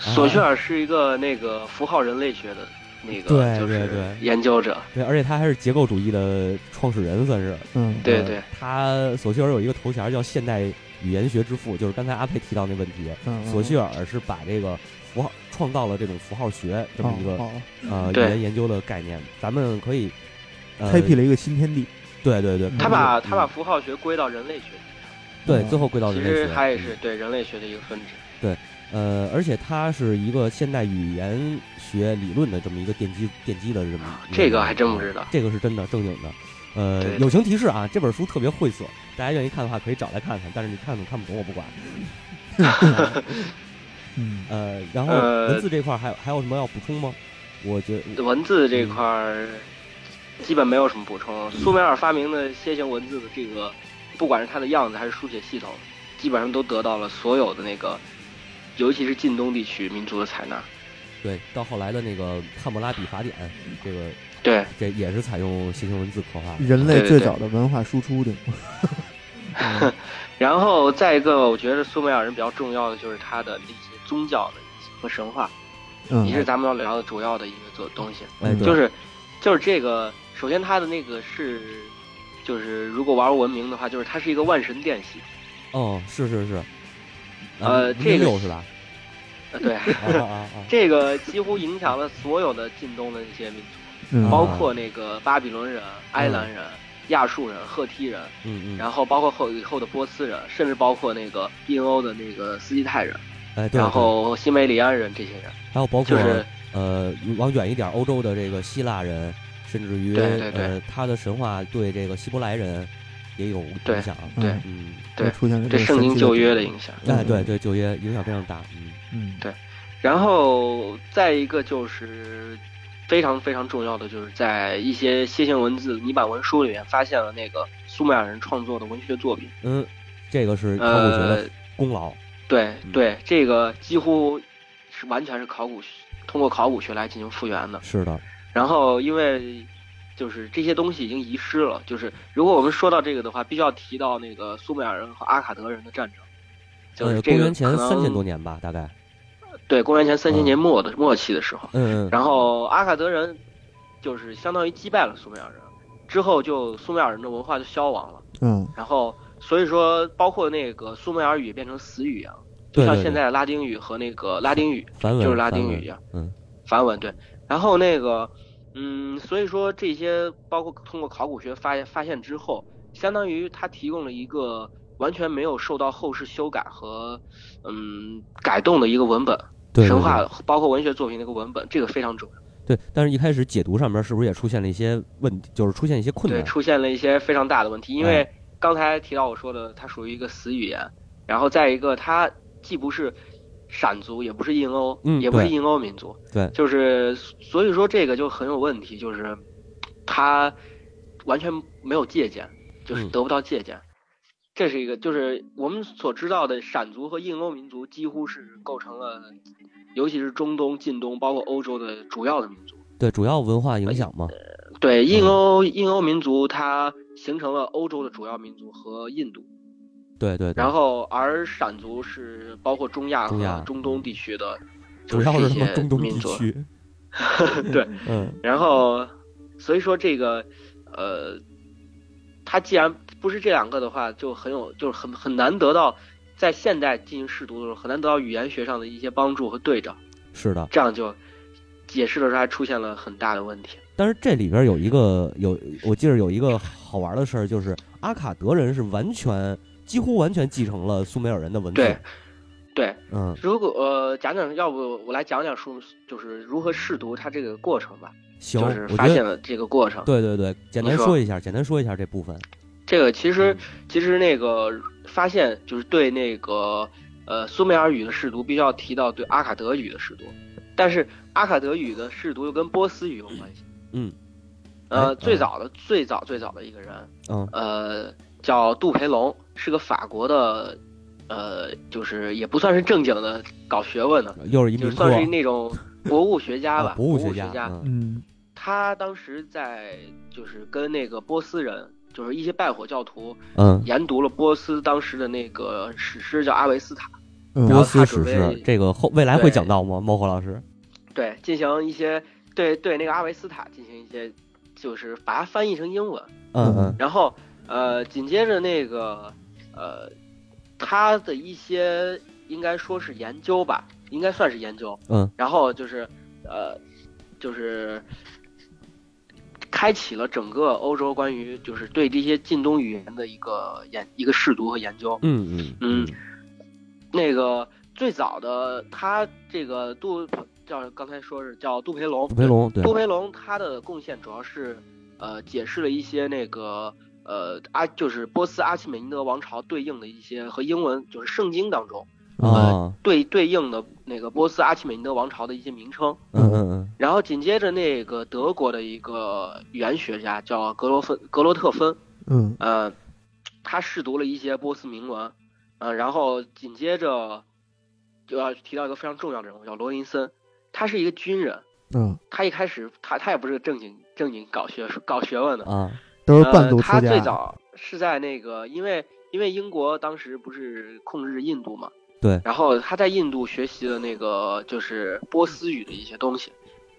[SPEAKER 2] 啊
[SPEAKER 3] 索绪尔是一个那个符号人类学的那
[SPEAKER 2] 对
[SPEAKER 3] 个就
[SPEAKER 2] 对
[SPEAKER 3] 是
[SPEAKER 2] 对
[SPEAKER 3] 研究者，
[SPEAKER 2] 对，而且他还是结构主义的创始人，算是。
[SPEAKER 1] 嗯
[SPEAKER 3] 对
[SPEAKER 2] 呃
[SPEAKER 3] 对
[SPEAKER 2] 他索绪尔有一个头衔叫现代语言学之父，就是刚才阿佩提到那问题。
[SPEAKER 1] 嗯，
[SPEAKER 2] 索绪
[SPEAKER 1] 尔
[SPEAKER 2] 尔是把这个符号创造了这种符号学这么一个、
[SPEAKER 1] 哦哦
[SPEAKER 2] 呃语
[SPEAKER 3] 对
[SPEAKER 2] 言研究的概念。咱们可以、呃、
[SPEAKER 1] 开辟了一个新天地。
[SPEAKER 2] 对对对，
[SPEAKER 3] 他把
[SPEAKER 2] 嗯
[SPEAKER 3] 他把符号学归到人类学，
[SPEAKER 2] 对
[SPEAKER 1] 嗯
[SPEAKER 2] 最后归到
[SPEAKER 3] 其
[SPEAKER 2] 人类
[SPEAKER 3] 实
[SPEAKER 2] 学，嗯
[SPEAKER 3] 它也是对人类学的一个分支。
[SPEAKER 2] 呃，而且它是一个现代语言学理论的这么一个奠基奠基的这么一
[SPEAKER 3] 啊
[SPEAKER 2] 嗯
[SPEAKER 3] 这个还真不知道
[SPEAKER 2] 这个是真的正经的。呃
[SPEAKER 3] 对，的
[SPEAKER 2] 友情提示啊，这本书特别晦涩，大家愿意看的话可以找来看看，但是你看懂看不懂我不管。
[SPEAKER 1] 嗯，
[SPEAKER 2] 呃，然后
[SPEAKER 3] 呃
[SPEAKER 2] 文字这块儿还有还有什么要补充吗？我觉得
[SPEAKER 3] 文字这块儿基本没有什么补充。苏美尔发明的楔形文字的这个，不管是它的样子还是书写系统，基本上都得到了所有的那个，尤其是近东地区民族的采纳。
[SPEAKER 2] 对，到后来的那个《汉谟拉比法典》，这个
[SPEAKER 3] 对，
[SPEAKER 2] 这也是采用楔形文字刻画的。
[SPEAKER 1] 人类
[SPEAKER 3] 对对
[SPEAKER 1] 最
[SPEAKER 3] 对
[SPEAKER 1] 早的文化输出的， 嗯
[SPEAKER 3] 然后再一个，我觉得苏美尔人比较重要的就是他的那些宗教的和神话，
[SPEAKER 1] 嗯
[SPEAKER 3] 也是咱们要聊的主要的一个做东西。
[SPEAKER 2] 哎，对
[SPEAKER 3] 就是就是这个，首先它的那个是，就是如果玩文明的话，就是它是一个万神殿系统。
[SPEAKER 2] 哦，是是是，
[SPEAKER 3] 呃
[SPEAKER 2] 零
[SPEAKER 3] 这个
[SPEAKER 2] 六是吧？
[SPEAKER 3] 呃对，
[SPEAKER 2] 啊啊啊啊！
[SPEAKER 3] 这个几乎影响了所有的近东的那些民族，
[SPEAKER 1] 嗯，
[SPEAKER 3] 包括那个巴比伦人、埃兰人、亚述人、赫梯人，
[SPEAKER 2] 嗯嗯，
[SPEAKER 3] 然后包括后以后的波斯人，甚至包括那个印欧的那个斯基泰人，
[SPEAKER 2] 哎，对，
[SPEAKER 3] 然后西美里安人这些人，
[SPEAKER 2] 对还有包括
[SPEAKER 3] 就是
[SPEAKER 2] 呃，往远一点，欧洲的这个希腊人，甚至于
[SPEAKER 3] 对对对
[SPEAKER 2] 呃，他的神话对这个希伯来人也有影
[SPEAKER 3] 对
[SPEAKER 2] 响。
[SPEAKER 3] 对
[SPEAKER 1] 嗯
[SPEAKER 2] 嗯，
[SPEAKER 3] 对
[SPEAKER 1] 又出现了
[SPEAKER 3] 对
[SPEAKER 1] 个
[SPEAKER 3] 圣
[SPEAKER 1] 神
[SPEAKER 3] 经
[SPEAKER 1] 奇的
[SPEAKER 3] 旧约的
[SPEAKER 1] 地
[SPEAKER 3] 影响。
[SPEAKER 1] 方
[SPEAKER 2] 哎，对，对，旧约影响非常大。嗯，
[SPEAKER 1] 嗯，
[SPEAKER 3] 对然后再一个就是非常非常重要的，就是在一些楔形文字泥板文书里面发现了那个苏美尔人创作的文学作品。
[SPEAKER 2] 嗯，这个是考古学
[SPEAKER 3] 呃
[SPEAKER 2] 的，功劳。
[SPEAKER 3] 对
[SPEAKER 2] 嗯
[SPEAKER 3] 对，这个几乎是完全是考古学通过考古学来进行复原的。
[SPEAKER 2] 是的，
[SPEAKER 3] 然后因为就是这些东西已经遗失了，就是如果我们说到这个的话，必须要提到那个苏美尔人和阿卡德人的战争。就是
[SPEAKER 2] 呃，
[SPEAKER 3] 这
[SPEAKER 2] 公
[SPEAKER 3] 个
[SPEAKER 2] 元前
[SPEAKER 3] 可能
[SPEAKER 2] 三千多年吧，大概。
[SPEAKER 3] 对，公元前三千
[SPEAKER 2] 嗯
[SPEAKER 3] 年末的、末期的时候，
[SPEAKER 2] 嗯嗯，
[SPEAKER 3] 然后阿卡德人就是相当于击败了苏美尔人，之后就苏美尔人的文化就消亡了。
[SPEAKER 1] 嗯
[SPEAKER 3] 然后所以说，包括那个苏美尔语也变成死语一样，就
[SPEAKER 2] 对
[SPEAKER 3] 像
[SPEAKER 2] 对
[SPEAKER 3] 现
[SPEAKER 2] 对
[SPEAKER 3] 在的拉丁语和那个拉丁语
[SPEAKER 2] 梵文
[SPEAKER 3] 就是拉
[SPEAKER 2] 梵
[SPEAKER 3] 丁
[SPEAKER 2] 文
[SPEAKER 3] 语一样，
[SPEAKER 2] 嗯，
[SPEAKER 3] 梵文对。然后那个，嗯，所以说这些包括通过考古学发现发现之后，相当于它提供了一个完全没有受到后世修改和嗯改动的一个文本，
[SPEAKER 2] 对对
[SPEAKER 3] 神
[SPEAKER 2] 对
[SPEAKER 3] 话包括文学作品的一个文本，这个非常重要。
[SPEAKER 2] 对，但是一开始解读上面是不是也出现了一些问题，就是出现一些困
[SPEAKER 3] 对，
[SPEAKER 2] 难？哎
[SPEAKER 3] 出现了一些非常大的问题，因为刚才提到我说的，它属于一个死语言，然后再一个，它既不是闪族，也不是印欧，
[SPEAKER 2] 嗯
[SPEAKER 3] 也不是
[SPEAKER 2] 对
[SPEAKER 3] 印欧民族，
[SPEAKER 2] 对
[SPEAKER 3] 就是所以说这个就很有问题，就是它完全没有借鉴，就是
[SPEAKER 2] 嗯
[SPEAKER 3] 得不到借鉴。这是一个，就是我们所知道的闪族和印欧民族几乎是构成了，尤其是中东、近东，包括欧洲的主要的民族。
[SPEAKER 2] 对，主要文化影响嘛。
[SPEAKER 3] 对，
[SPEAKER 2] 嗯
[SPEAKER 3] 印欧印欧民族它形成了欧洲的主要民族和印度，
[SPEAKER 2] 嗯对对对。
[SPEAKER 3] 然后而闪族是包括中亚
[SPEAKER 2] 中亚嗯
[SPEAKER 3] 和中东地区的，就
[SPEAKER 2] 主要
[SPEAKER 3] 这
[SPEAKER 2] 是他妈
[SPEAKER 3] 些
[SPEAKER 2] 中东
[SPEAKER 3] 民
[SPEAKER 2] 地
[SPEAKER 3] 族。
[SPEAKER 2] 区。
[SPEAKER 3] 对，
[SPEAKER 2] 嗯，
[SPEAKER 3] 然后所以说这个，呃，它既然不是这两个的话，就很有就是很很难得到在现代进行试读的时候很难得到语言学上的一些帮助和对照，
[SPEAKER 2] 是的。
[SPEAKER 3] 这样就解释的时候还出现了很大的问题。
[SPEAKER 2] 但是这里边有一个有，我记得有一个好玩的事儿，就是阿卡德人是完全几乎完全继承了苏美尔人的文字。
[SPEAKER 3] 对，对，
[SPEAKER 2] 嗯，
[SPEAKER 3] 如果呃讲讲，要不我来讲讲书，就是如何试读它这个过程吧，
[SPEAKER 2] 行，
[SPEAKER 3] 就是
[SPEAKER 2] 我
[SPEAKER 3] 发
[SPEAKER 2] 觉
[SPEAKER 3] 现
[SPEAKER 2] 得
[SPEAKER 3] 了这个过程。
[SPEAKER 2] 对对对，简单
[SPEAKER 3] 你说
[SPEAKER 2] 说一下，简单说一下这部分。
[SPEAKER 3] 这个其
[SPEAKER 2] 嗯
[SPEAKER 3] 实其实那个发现就是对那个呃苏美尔语的试读，必须要提到对阿卡德语的试读，但是阿卡德语的试读又跟波斯语有关系。
[SPEAKER 2] 嗯，哎
[SPEAKER 3] 呃，
[SPEAKER 2] 嗯
[SPEAKER 3] 最早的最早最早的一个人，
[SPEAKER 2] 嗯
[SPEAKER 3] 呃，叫杜培龙，是个法国的，呃，就是也不算是正经的搞学问的，
[SPEAKER 2] 又是一
[SPEAKER 3] 就
[SPEAKER 2] 名
[SPEAKER 3] 算
[SPEAKER 2] 课，
[SPEAKER 3] 是那种博物学家吧
[SPEAKER 2] 啊，
[SPEAKER 3] 博
[SPEAKER 2] 物
[SPEAKER 3] 学
[SPEAKER 2] 家。嗯
[SPEAKER 1] 嗯
[SPEAKER 3] 他当时在就是跟那个波斯人，就是一些拜火教徒，
[SPEAKER 2] 嗯，
[SPEAKER 3] 研读了波斯当时的那个史诗叫《阿维斯塔》，
[SPEAKER 1] 嗯，
[SPEAKER 2] 波
[SPEAKER 1] 我
[SPEAKER 2] 斯史
[SPEAKER 3] 然后他
[SPEAKER 2] 诗
[SPEAKER 3] 准备
[SPEAKER 2] 这个后未来会
[SPEAKER 3] 对
[SPEAKER 2] 讲到吗？猫火老师？
[SPEAKER 3] 对，进行一些对对那个阿维斯塔进行一些，就是把它翻译成英文，
[SPEAKER 2] 嗯
[SPEAKER 1] 嗯
[SPEAKER 2] 嗯
[SPEAKER 3] 然后呃，紧接着那个呃，他的一些应该说是研究吧，应该算是研究。
[SPEAKER 2] 嗯，
[SPEAKER 3] 然后就是呃，就是开启了整个欧洲关于就是对这些近东语言的一个研一个试读和研究。
[SPEAKER 2] 嗯嗯
[SPEAKER 3] 嗯那个最早的他这个杜叫刚才说是叫杜培龙，
[SPEAKER 2] 杜培龙对
[SPEAKER 3] 杜培龙他的贡献主要是，呃，解释了一些那个呃阿就是波斯阿契美尼德王朝对应的一些和英文就是圣经当中
[SPEAKER 2] 啊，
[SPEAKER 3] 对对应的那个波斯阿契美尼德王朝的一些名称。
[SPEAKER 2] 嗯嗯嗯
[SPEAKER 3] 然后紧接着那个德国的一个语言学家叫格罗芬格罗特芬，
[SPEAKER 1] 嗯
[SPEAKER 3] 呃，他试读了一些波斯铭文，呃，然后紧接着就要提到一个非常重要的人物叫罗林森，他是一个军人。
[SPEAKER 1] 啊，
[SPEAKER 3] 他一开始他他也不是个正经正经搞学术搞学问的，
[SPEAKER 2] 啊，
[SPEAKER 1] 都是半
[SPEAKER 3] 呃，
[SPEAKER 1] 路
[SPEAKER 3] 他
[SPEAKER 1] 出家
[SPEAKER 3] 最早是在那个因为因为英国当时不是控制印度嘛，
[SPEAKER 2] 对
[SPEAKER 3] 然后他在印度学习的那个就是波斯语的一些东西，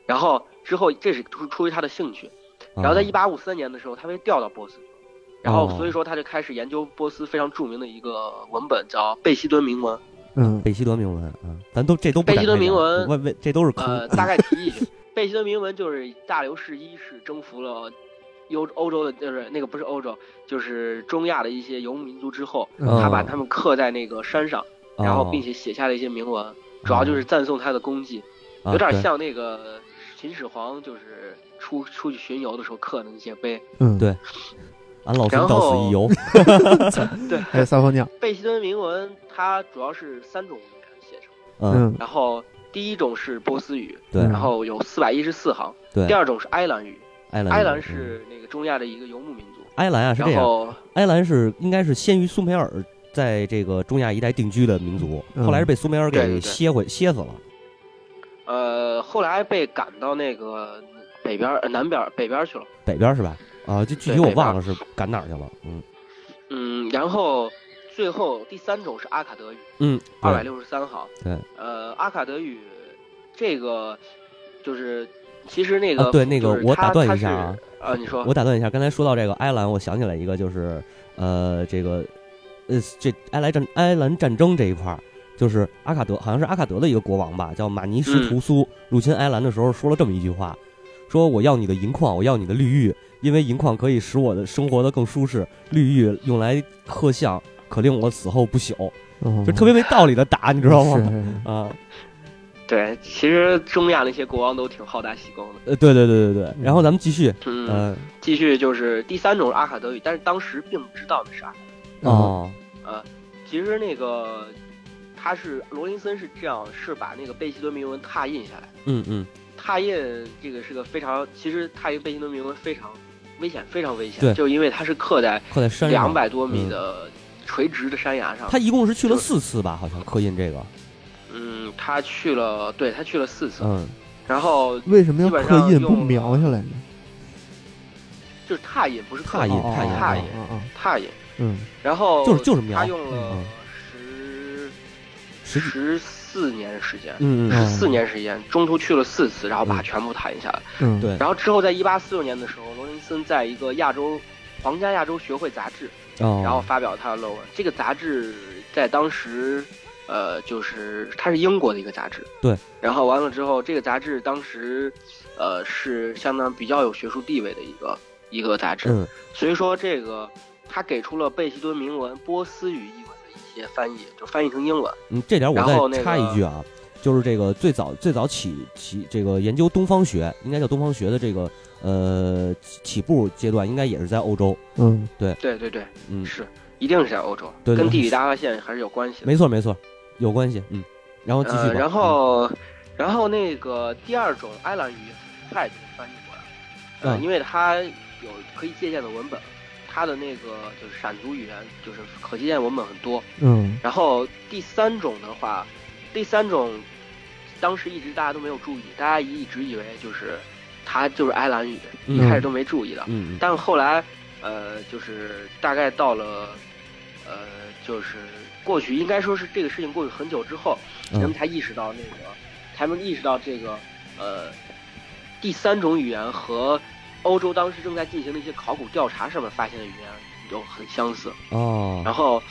[SPEAKER 3] 然后之后这是出出于他的兴趣，
[SPEAKER 1] 啊
[SPEAKER 3] 然后在一
[SPEAKER 2] 把
[SPEAKER 3] 八五三年的时候他被调到波斯去了。然后，
[SPEAKER 2] 哦
[SPEAKER 3] 所以说他就开始研究波斯非常著名的一个文本，叫贝希敦铭文。
[SPEAKER 1] 嗯
[SPEAKER 2] 贝希德铭文啊，咱都这都不
[SPEAKER 3] 贝希
[SPEAKER 2] 展开
[SPEAKER 3] 德铭
[SPEAKER 2] 讲
[SPEAKER 3] 文
[SPEAKER 2] 问问这都是 坑
[SPEAKER 3] 呃，大概提一句，贝希顿铭文就是大流士一世征服了欧欧洲的，就是那个不是欧洲，就是中亚的一些游牧民族之后，
[SPEAKER 2] 嗯
[SPEAKER 3] 他把他们刻在那个山上，
[SPEAKER 2] 哦
[SPEAKER 3] 然后并且写下了一些铭文，主要就是赞颂他的功绩，
[SPEAKER 2] 啊
[SPEAKER 3] 有点
[SPEAKER 2] 对
[SPEAKER 3] 像那个秦始皇就是出出去巡游的时候刻的那些碑。
[SPEAKER 1] 嗯，
[SPEAKER 2] 对俺老孙
[SPEAKER 3] 然
[SPEAKER 2] 到此
[SPEAKER 3] 后
[SPEAKER 2] 一游，
[SPEAKER 1] 还有撒泡尿，
[SPEAKER 3] 贝希顿铭文它主要是三种语言写成，
[SPEAKER 2] 嗯，
[SPEAKER 1] 嗯
[SPEAKER 3] 然后第一种是波斯语，
[SPEAKER 2] 对
[SPEAKER 1] 嗯
[SPEAKER 3] 然后有四百一十四行，
[SPEAKER 2] 对
[SPEAKER 3] 第，二种是埃兰语。
[SPEAKER 2] 埃兰
[SPEAKER 3] 埃
[SPEAKER 2] 埃
[SPEAKER 3] 兰是那个中亚的一个游牧民族，
[SPEAKER 2] 埃兰啊嗯是这
[SPEAKER 3] 然
[SPEAKER 2] 样，
[SPEAKER 3] 后
[SPEAKER 2] 埃兰是应该是先于苏美尔在这个中亚一带定居的民族，
[SPEAKER 1] 嗯
[SPEAKER 2] 后来是被苏美尔
[SPEAKER 3] 对对
[SPEAKER 2] 给
[SPEAKER 3] 对
[SPEAKER 2] 歇回歇死了。
[SPEAKER 3] 呃后来被赶到那个北边儿、呃南边儿、北边儿去了。
[SPEAKER 2] 北边是吧？啊，这具体
[SPEAKER 3] 对
[SPEAKER 2] 我
[SPEAKER 3] 北边
[SPEAKER 2] 忘了是赶哪儿去了。嗯
[SPEAKER 3] 嗯，然后最后第三种是阿卡德语，
[SPEAKER 2] 嗯，
[SPEAKER 3] 二百
[SPEAKER 2] 对
[SPEAKER 3] 六十三行。
[SPEAKER 2] 对，
[SPEAKER 3] 呃，阿卡德语这个就是其实那
[SPEAKER 2] 啊
[SPEAKER 3] 个
[SPEAKER 2] 对那个
[SPEAKER 3] 就是
[SPEAKER 2] 我
[SPEAKER 3] 它
[SPEAKER 2] 打断
[SPEAKER 3] 它
[SPEAKER 2] 一下啊
[SPEAKER 3] 是呃，你说
[SPEAKER 2] 我打断一下，刚才说到这个埃兰，我想起来一个，就是呃，这个呃，这埃兰战埃兰战争这一块儿，就是阿卡德好像是阿卡德的一个国王吧，叫马尼斯图苏、入侵埃兰的时候说了这么一句话，说我要你的银矿，我要你的绿玉，因为银矿可以使我的生活的更舒适，绿玉用来刻像，可令我死后不朽，
[SPEAKER 1] 哦
[SPEAKER 2] 就特别没道理的打，你知道
[SPEAKER 1] 是
[SPEAKER 2] 吗？
[SPEAKER 1] 是是
[SPEAKER 2] 啊，
[SPEAKER 3] 对，其实中亚那些国王都挺好大喜功的。
[SPEAKER 2] 呃，对对对对对，然后咱们继续，
[SPEAKER 3] 嗯，
[SPEAKER 2] 呃，
[SPEAKER 3] 继续就是第三种是阿卡德语，但是当时并不知道那是阿卡德语
[SPEAKER 1] 哦，
[SPEAKER 2] 哦，
[SPEAKER 3] 其实那个他是罗林森是这样，是把那个贝希顿铭文拓印下来。
[SPEAKER 2] 嗯嗯，
[SPEAKER 3] 拓印这个是个非常，其实拓印贝希顿铭文非常危险，非常危
[SPEAKER 2] 对
[SPEAKER 3] 险，就因为它是刻在
[SPEAKER 2] 刻在山上嗯
[SPEAKER 3] 两。百多米的垂直的山崖上。
[SPEAKER 2] 他一共是去了四次吧，好像刻印这个，
[SPEAKER 3] 嗯，他去了，对他去了四次，
[SPEAKER 2] 嗯，
[SPEAKER 3] 然后
[SPEAKER 1] 为什么要
[SPEAKER 3] 基本
[SPEAKER 1] 刻
[SPEAKER 3] 上
[SPEAKER 1] 印
[SPEAKER 3] 用
[SPEAKER 1] 不描下来呢？
[SPEAKER 3] 就是拓印，不是刻
[SPEAKER 2] 拓印
[SPEAKER 1] 哦哦
[SPEAKER 2] 拓印
[SPEAKER 1] 哦
[SPEAKER 3] 拓
[SPEAKER 1] 哦
[SPEAKER 3] 印
[SPEAKER 1] 哦哦
[SPEAKER 3] 拓印，
[SPEAKER 1] 嗯
[SPEAKER 3] 然后
[SPEAKER 2] 就是就是描
[SPEAKER 3] 他用了
[SPEAKER 2] 嗯十
[SPEAKER 3] 十
[SPEAKER 2] 几，
[SPEAKER 3] 十四年时间。
[SPEAKER 2] 嗯
[SPEAKER 3] 十
[SPEAKER 2] 嗯
[SPEAKER 3] 四年时间，中途去了四次，然后把它
[SPEAKER 2] 嗯
[SPEAKER 3] 全部拓印下来。
[SPEAKER 1] 嗯，
[SPEAKER 2] 对
[SPEAKER 3] 然后之后，在一八四六年的时候，罗林森在一个亚洲皇家亚洲学会杂志，
[SPEAKER 2] 哦，
[SPEAKER 3] 然后发表他的论文。这个杂志在当时，呃，就是它是英国的一个杂志。
[SPEAKER 2] 对。
[SPEAKER 3] 然后完了之后，这个杂志当时，呃，是相当比较有学术地位的一个一个杂志。
[SPEAKER 2] 嗯
[SPEAKER 3] 所以说，这个他给出了贝希敦铭文波斯语译文的一些翻译，就翻译成英文。
[SPEAKER 2] 嗯，这点我
[SPEAKER 3] 然后那
[SPEAKER 2] 再
[SPEAKER 3] 个
[SPEAKER 2] 插一句啊，就是这个最早最早起起这个研究东方学，应该叫东方学的这个呃起起步阶段，应该也是在欧洲，
[SPEAKER 1] 嗯
[SPEAKER 3] 对对对，
[SPEAKER 2] 嗯，
[SPEAKER 3] 是，一定是在欧洲，
[SPEAKER 2] 对对
[SPEAKER 3] 跟地理大发现还是有关系的。
[SPEAKER 2] 没错没错，有关系，嗯，然后继续
[SPEAKER 3] 呃，
[SPEAKER 2] 吧，嗯
[SPEAKER 3] 然后，然后那个第二种埃兰语也快给翻译过来，呃，
[SPEAKER 2] 嗯
[SPEAKER 3] 因为它有可以借鉴的文本，它的那个就是闪族语言就是可借鉴文本很多。
[SPEAKER 1] 嗯
[SPEAKER 3] 然后第三种的话，第三种当时一直大家都没有注意，大家一直以为就是它就是埃兰语，
[SPEAKER 2] 嗯
[SPEAKER 3] 一开始都没注意的。
[SPEAKER 2] 嗯嗯
[SPEAKER 3] 但后来，呃，就是大概到了，呃，就是过去应该说是这个事情过去很久之后，
[SPEAKER 2] 嗯
[SPEAKER 3] 人们才意识到那个，才能意识到这个，呃，第三种语言和欧洲当时正在进行的一些考古调查上面发现的语言有很相似。
[SPEAKER 2] 哦，
[SPEAKER 3] 然后，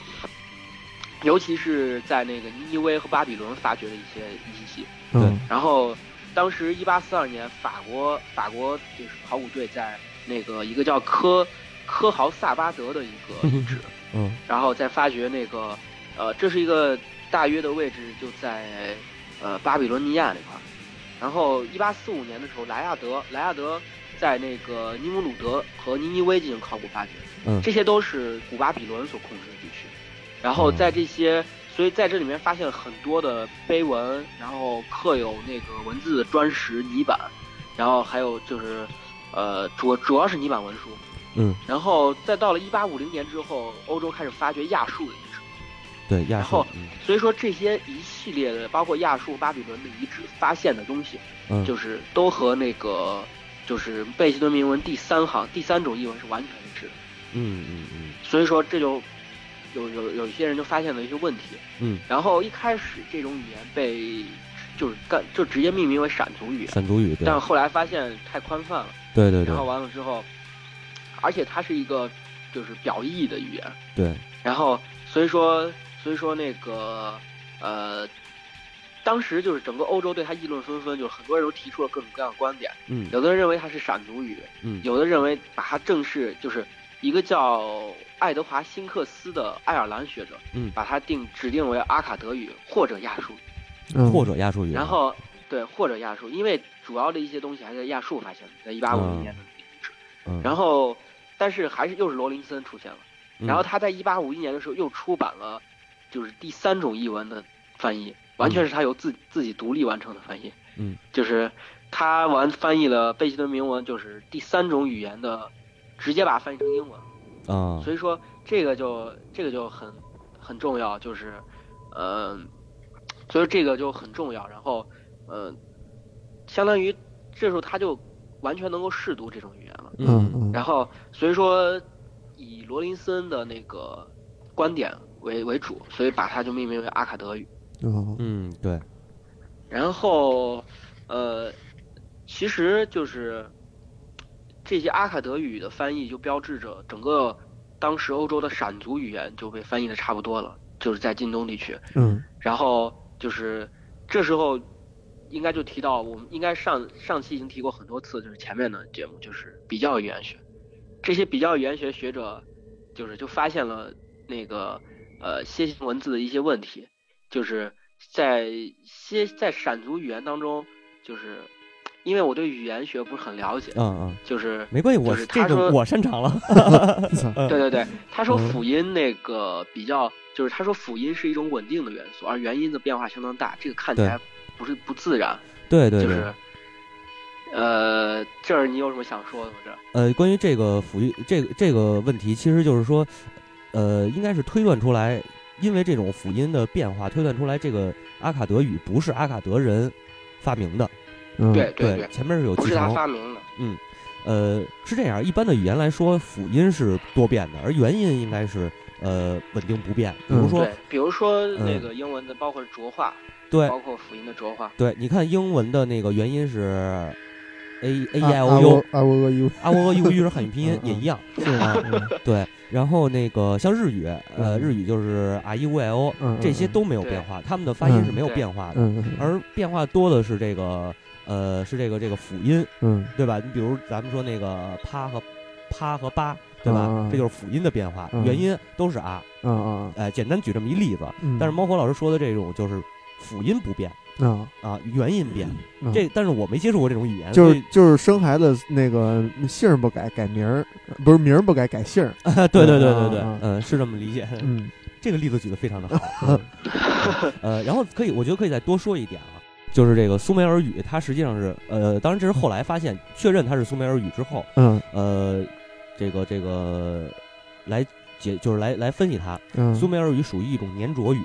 [SPEAKER 3] 尤其是在那个尼尼微和巴比伦发掘的一些遗迹。
[SPEAKER 1] 嗯
[SPEAKER 3] 然后当时一八四二年，法国法国就是考古队在那个一个叫科科豪萨巴德的一个遗址，
[SPEAKER 2] 嗯
[SPEAKER 3] 然后再发掘那个呃，这是一个大约的位置就在呃巴比伦尼亚那块儿。然后一八四五年的时候，莱亚德莱亚德在那个尼姆鲁德和尼尼微进行考古发掘，
[SPEAKER 2] 嗯
[SPEAKER 3] 这些都是古巴比伦所控制的地区。然后在这些，所以在这里面发现了很多的碑文，然后刻有那个文字的砖石、泥板，然后还有就是，呃，主主要是泥板文书。
[SPEAKER 2] 嗯，
[SPEAKER 3] 然后再到了一八五零年之后，欧洲开始发掘亚述的遗址，
[SPEAKER 2] 对亚
[SPEAKER 3] 然
[SPEAKER 2] 述
[SPEAKER 3] 后，
[SPEAKER 2] 嗯
[SPEAKER 3] 所以说这些一系列的，包括亚述、巴比伦的遗址发现的东西，
[SPEAKER 2] 嗯
[SPEAKER 3] 就是都和那个就是贝希顿铭文第三行第三种译文是完全一致的。
[SPEAKER 2] 嗯嗯嗯
[SPEAKER 3] 所以说这就有有有一些人就发现了一些问题，
[SPEAKER 2] 嗯，
[SPEAKER 3] 然后一开始这种语言被就是干就直接命名为闪族语言，
[SPEAKER 2] 闪族语，对
[SPEAKER 3] 但后来发现太宽泛了，
[SPEAKER 2] 对对
[SPEAKER 3] 然后
[SPEAKER 2] 对
[SPEAKER 3] 完了之后，而且它是一个就是表意的语言，
[SPEAKER 2] 对，
[SPEAKER 3] 然后所以说所以说那个呃。当时就是整个欧洲对它议论纷纷，就是很多人都提出了各种各样的观点，
[SPEAKER 2] 嗯
[SPEAKER 3] 有的人认为它是闪族语，
[SPEAKER 2] 嗯
[SPEAKER 3] 有的认为把它正式就是一个叫爱德华辛克斯的爱尔兰学者，
[SPEAKER 2] 嗯
[SPEAKER 3] 把它定指定为阿卡德语或者亚述，
[SPEAKER 1] 嗯，
[SPEAKER 2] 或者亚述语，
[SPEAKER 3] 然后对或者亚述，因为主要的一些东西还是在亚述发现的，在一八五零年的遗址，
[SPEAKER 2] 啊嗯
[SPEAKER 3] 然后但是还是又是罗林森出现了，
[SPEAKER 2] 嗯
[SPEAKER 3] 然后他在一八五一年的时候又出版了就是第三种译文的翻译，完全是他由自自己独立完成的翻译，
[SPEAKER 2] 嗯，
[SPEAKER 3] 就是他完翻译了贝希顿铭文，就是第三种语言的，直接把它翻译成英文了。
[SPEAKER 2] 啊
[SPEAKER 3] 所以说这个就这个就很很重要，就是，呃，所以这个就很重要。然后，呃，相当于这时候他就完全能够试读这种语言了。
[SPEAKER 1] 嗯
[SPEAKER 2] 嗯
[SPEAKER 1] 嗯，
[SPEAKER 3] 然后，所以说以罗林森的那个观点为为主，所以把它就命名为阿卡德语。
[SPEAKER 1] 嗯
[SPEAKER 2] 嗯对，
[SPEAKER 3] 然后，呃，其实就是这些阿卡德语的翻译，就标志着整个当时欧洲的闪族语言就被翻译的差不多了，就是在近东地区。
[SPEAKER 1] 嗯
[SPEAKER 3] 然后就是这时候，应该就提到我们应该上上期已经提过很多次，就是前面的节目就是比较语言学，这些比较语言学学者就是就发现了那个呃楔形文字的一些问题，就是在楔在闪族语言当中，就是因为我对语言学不是很了解，
[SPEAKER 2] 嗯嗯，
[SPEAKER 3] 就是
[SPEAKER 2] 没关系，我
[SPEAKER 3] 就是他
[SPEAKER 2] 这种
[SPEAKER 3] 说
[SPEAKER 2] 我擅长了，嗯
[SPEAKER 1] 操
[SPEAKER 3] 对对对，他说
[SPEAKER 1] 嗯
[SPEAKER 3] 辅音那个比较，就是他说辅音是一种稳定的元素，而元音的变化相当大，这个看起
[SPEAKER 2] 对
[SPEAKER 3] 来不是不自然，
[SPEAKER 2] 对对
[SPEAKER 3] 就
[SPEAKER 2] 对
[SPEAKER 3] 是，，呃，这儿你有什么想说的吗？这儿，
[SPEAKER 2] 呃，关于这个抚育这个这个问题，其实就是说，呃，应该是推断出来，因为这种辅音的变化，推断出来这个阿卡德语不是阿卡德人发明的，
[SPEAKER 1] 嗯，
[SPEAKER 3] 对对
[SPEAKER 2] 对，，前面是有
[SPEAKER 3] 不
[SPEAKER 2] 继
[SPEAKER 3] 是他
[SPEAKER 2] 承，
[SPEAKER 3] 发明的，
[SPEAKER 2] 呃，是这样，一般的语言来说，辅音是多变的，而元音应该是呃稳定不变。比如
[SPEAKER 1] 嗯
[SPEAKER 2] 说，
[SPEAKER 3] 对，比如说那
[SPEAKER 2] 嗯哎
[SPEAKER 3] 个英文的，包括浊化，
[SPEAKER 2] 对
[SPEAKER 3] 包括辅音的浊化，
[SPEAKER 2] 对，你看英文的那个元音是 a a e i
[SPEAKER 1] 啊
[SPEAKER 2] o u，
[SPEAKER 1] 啊我啊我我以为
[SPEAKER 2] 啊喔呃一 u 一是汉语拼音
[SPEAKER 1] 嗯嗯
[SPEAKER 2] 也一样。
[SPEAKER 1] 是 吗嗯
[SPEAKER 2] 对，然后那个像日语，呃，
[SPEAKER 1] 嗯
[SPEAKER 2] 日语就是 r e u i o，
[SPEAKER 1] 嗯，
[SPEAKER 2] 这些
[SPEAKER 1] 嗯
[SPEAKER 2] 都没有变化，他们的发音是没有
[SPEAKER 3] 嗯
[SPEAKER 2] 变化的，
[SPEAKER 1] 嗯嗯
[SPEAKER 2] 而变化多的是这个呃是这个这个辅音，
[SPEAKER 1] 嗯
[SPEAKER 2] 对吧？你比如咱们说那个啪和啪和吧，对
[SPEAKER 1] 嗯
[SPEAKER 2] 吧
[SPEAKER 1] 嗯？
[SPEAKER 2] 这就是辅音的变化，
[SPEAKER 1] 嗯
[SPEAKER 2] 元音都是啊。
[SPEAKER 1] 啊啊，
[SPEAKER 2] 呃，简单举这么一例子，
[SPEAKER 1] 嗯
[SPEAKER 2] 但是猫火老师说的这种就是辅音不变
[SPEAKER 1] 啊
[SPEAKER 2] 啊，元音变。
[SPEAKER 1] 嗯
[SPEAKER 2] 这但是我没接触过这种语言，
[SPEAKER 1] 就
[SPEAKER 2] 所
[SPEAKER 1] 是
[SPEAKER 2] 以
[SPEAKER 1] 就是生孩子那个姓儿不改改名儿，不是名儿不改改姓儿。
[SPEAKER 2] 对对对对对
[SPEAKER 1] 嗯嗯，
[SPEAKER 2] 嗯，是这么理解。
[SPEAKER 1] 嗯
[SPEAKER 2] 这个例子举得非常的 好。嗯呃，然后可以，我觉得可以再多说一点啊，就是这个苏美尔语，它实际上是呃，当然这是后来发现确认它是苏美尔语之后，
[SPEAKER 1] 嗯
[SPEAKER 2] 呃，这个这个来解就是来来分析它，苏
[SPEAKER 1] 嗯，
[SPEAKER 2] 美尔语属于一种粘着语。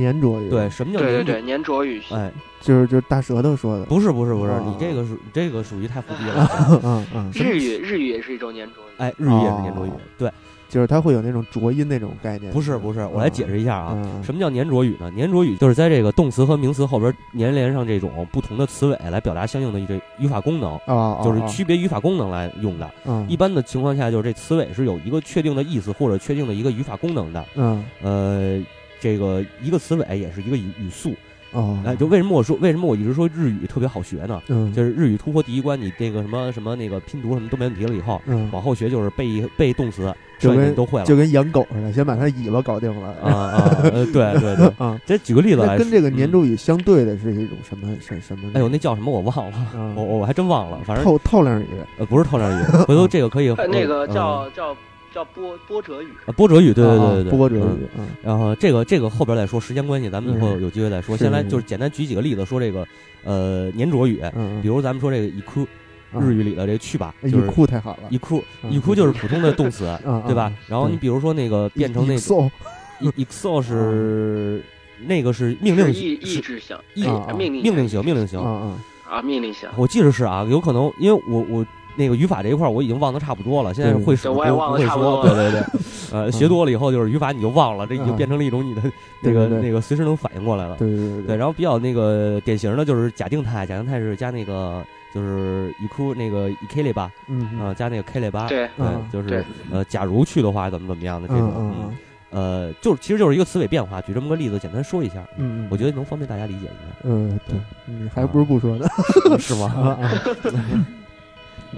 [SPEAKER 1] 粘着语
[SPEAKER 2] 对，，什么叫
[SPEAKER 3] 对对
[SPEAKER 2] 粘
[SPEAKER 3] 对，
[SPEAKER 2] 着？
[SPEAKER 3] 粘着语系，
[SPEAKER 2] 哎，
[SPEAKER 1] 就是就是大舌头说的。
[SPEAKER 2] 不是不是不是，
[SPEAKER 1] 哦
[SPEAKER 2] 你这个属你这个属于太复 杂了。
[SPEAKER 1] 嗯嗯，
[SPEAKER 3] 日语日语也是一种粘着语，
[SPEAKER 2] 哎，日语也是粘着语
[SPEAKER 1] 哦，
[SPEAKER 2] 对，
[SPEAKER 1] 就是它会有那种浊音那种概念。
[SPEAKER 2] 不是不是，我来解释一下啊。
[SPEAKER 1] 啊
[SPEAKER 2] 什么叫粘着语呢？粘着语就是在这个动词和名词后边粘连上这种不同的词尾来表达相应的这语法功能，
[SPEAKER 1] 啊，
[SPEAKER 2] 就是区别语法功能来用的。
[SPEAKER 1] 嗯
[SPEAKER 2] 一般的情况下，就是这词尾是有一个确定的意思或者确定的一个语法功能的。
[SPEAKER 1] 嗯
[SPEAKER 2] 呃，这个一个词尾也是一个语语速。
[SPEAKER 1] 哦，
[SPEAKER 2] 哎，就为什么我说为什么我一直说日语特别好学呢？
[SPEAKER 1] 嗯，
[SPEAKER 2] 就是日语突破第一关，你那个什么什么那个拼读什么都没问题了，以后
[SPEAKER 1] 嗯，
[SPEAKER 2] 往后学就是背背动词，
[SPEAKER 1] 就
[SPEAKER 2] 剩下
[SPEAKER 1] 跟
[SPEAKER 2] 你都会了。
[SPEAKER 1] 就跟养狗似的，先把它尾巴搞定了。
[SPEAKER 2] 啊啊，呃对对对
[SPEAKER 1] 啊。
[SPEAKER 2] 这举个例子
[SPEAKER 1] 那
[SPEAKER 2] 来，
[SPEAKER 1] 跟这个年
[SPEAKER 2] 嗯
[SPEAKER 1] 度语相对的是一种什么什什么呢？
[SPEAKER 2] 哎呦，那叫什么我忘 了，
[SPEAKER 1] 啊
[SPEAKER 2] 我我我还真忘了，反正
[SPEAKER 1] 嗯透透亮语
[SPEAKER 2] 呃不是 透亮语，回头这个可以
[SPEAKER 3] 呃那个
[SPEAKER 2] 嗯
[SPEAKER 3] 叫叫叫波波折语，
[SPEAKER 2] 啊波折语，对对对对对，
[SPEAKER 1] 波折
[SPEAKER 2] 嗯
[SPEAKER 1] 语啊，
[SPEAKER 2] 然后这个这个后边再说，时间关系，咱们以后
[SPEAKER 1] 嗯
[SPEAKER 2] 有机会再说。
[SPEAKER 1] 是
[SPEAKER 2] 先来
[SPEAKER 1] 是
[SPEAKER 2] 就是简单举几个例子，说这个呃粘着语，
[SPEAKER 1] 嗯，
[SPEAKER 2] 比如咱们说这个 iku，
[SPEAKER 1] 啊
[SPEAKER 2] 日语里的这个去吧，
[SPEAKER 1] 哎
[SPEAKER 2] 就
[SPEAKER 1] 语
[SPEAKER 2] 是
[SPEAKER 1] 库太好了，
[SPEAKER 2] iku
[SPEAKER 1] 啊
[SPEAKER 2] iku 就是普通的动词，
[SPEAKER 1] 啊
[SPEAKER 2] 对吧？？然后你
[SPEAKER 1] 对
[SPEAKER 2] 比如说那个变成那个
[SPEAKER 1] 个
[SPEAKER 2] exo 是那个是命令
[SPEAKER 3] 是
[SPEAKER 2] 型
[SPEAKER 3] 意意
[SPEAKER 2] 是
[SPEAKER 3] 志型，
[SPEAKER 2] 意
[SPEAKER 3] 哎
[SPEAKER 1] 嗯啊
[SPEAKER 3] 命令
[SPEAKER 2] 命令型命令型
[SPEAKER 1] 啊，啊，
[SPEAKER 3] 啊命令型。
[SPEAKER 2] 我记得是啊，有可能因为我我那个语法这一块儿我已经忘得差不多了，现在是
[SPEAKER 1] 对
[SPEAKER 2] 会使
[SPEAKER 3] 对
[SPEAKER 2] 不
[SPEAKER 3] 我也忘
[SPEAKER 2] 不
[SPEAKER 3] 得
[SPEAKER 2] 会
[SPEAKER 3] 差不
[SPEAKER 2] 说，
[SPEAKER 3] 多
[SPEAKER 2] 对
[SPEAKER 3] 了嗯
[SPEAKER 2] 对 对，呃，学多了以后就是语法你就忘了，这已经
[SPEAKER 1] 啊
[SPEAKER 2] 变成了一种 你的那
[SPEAKER 1] 对
[SPEAKER 2] 个
[SPEAKER 1] 对对
[SPEAKER 2] 那个随时能反应过来了。
[SPEAKER 1] 对对
[SPEAKER 2] 对，
[SPEAKER 1] 对，
[SPEAKER 2] 然后比较那个典型的就是假定态，假定态是加那个就是一哭那个一 k 类吧，
[SPEAKER 1] 嗯
[SPEAKER 2] 啊，加那个 k 类吧，
[SPEAKER 3] 对，嗯
[SPEAKER 1] 啊
[SPEAKER 2] 对，就是
[SPEAKER 3] 对
[SPEAKER 2] 呃，假如去的话怎么怎么样的这种，嗯
[SPEAKER 1] 嗯
[SPEAKER 2] 呃，就是其实就是一个词尾变化，举这么个例子，简单说一下，
[SPEAKER 1] 嗯，
[SPEAKER 2] 我觉得能方便大家理解一
[SPEAKER 1] 嗯对，你还不如不说呢
[SPEAKER 2] 下，是吗？
[SPEAKER 1] 啊啊，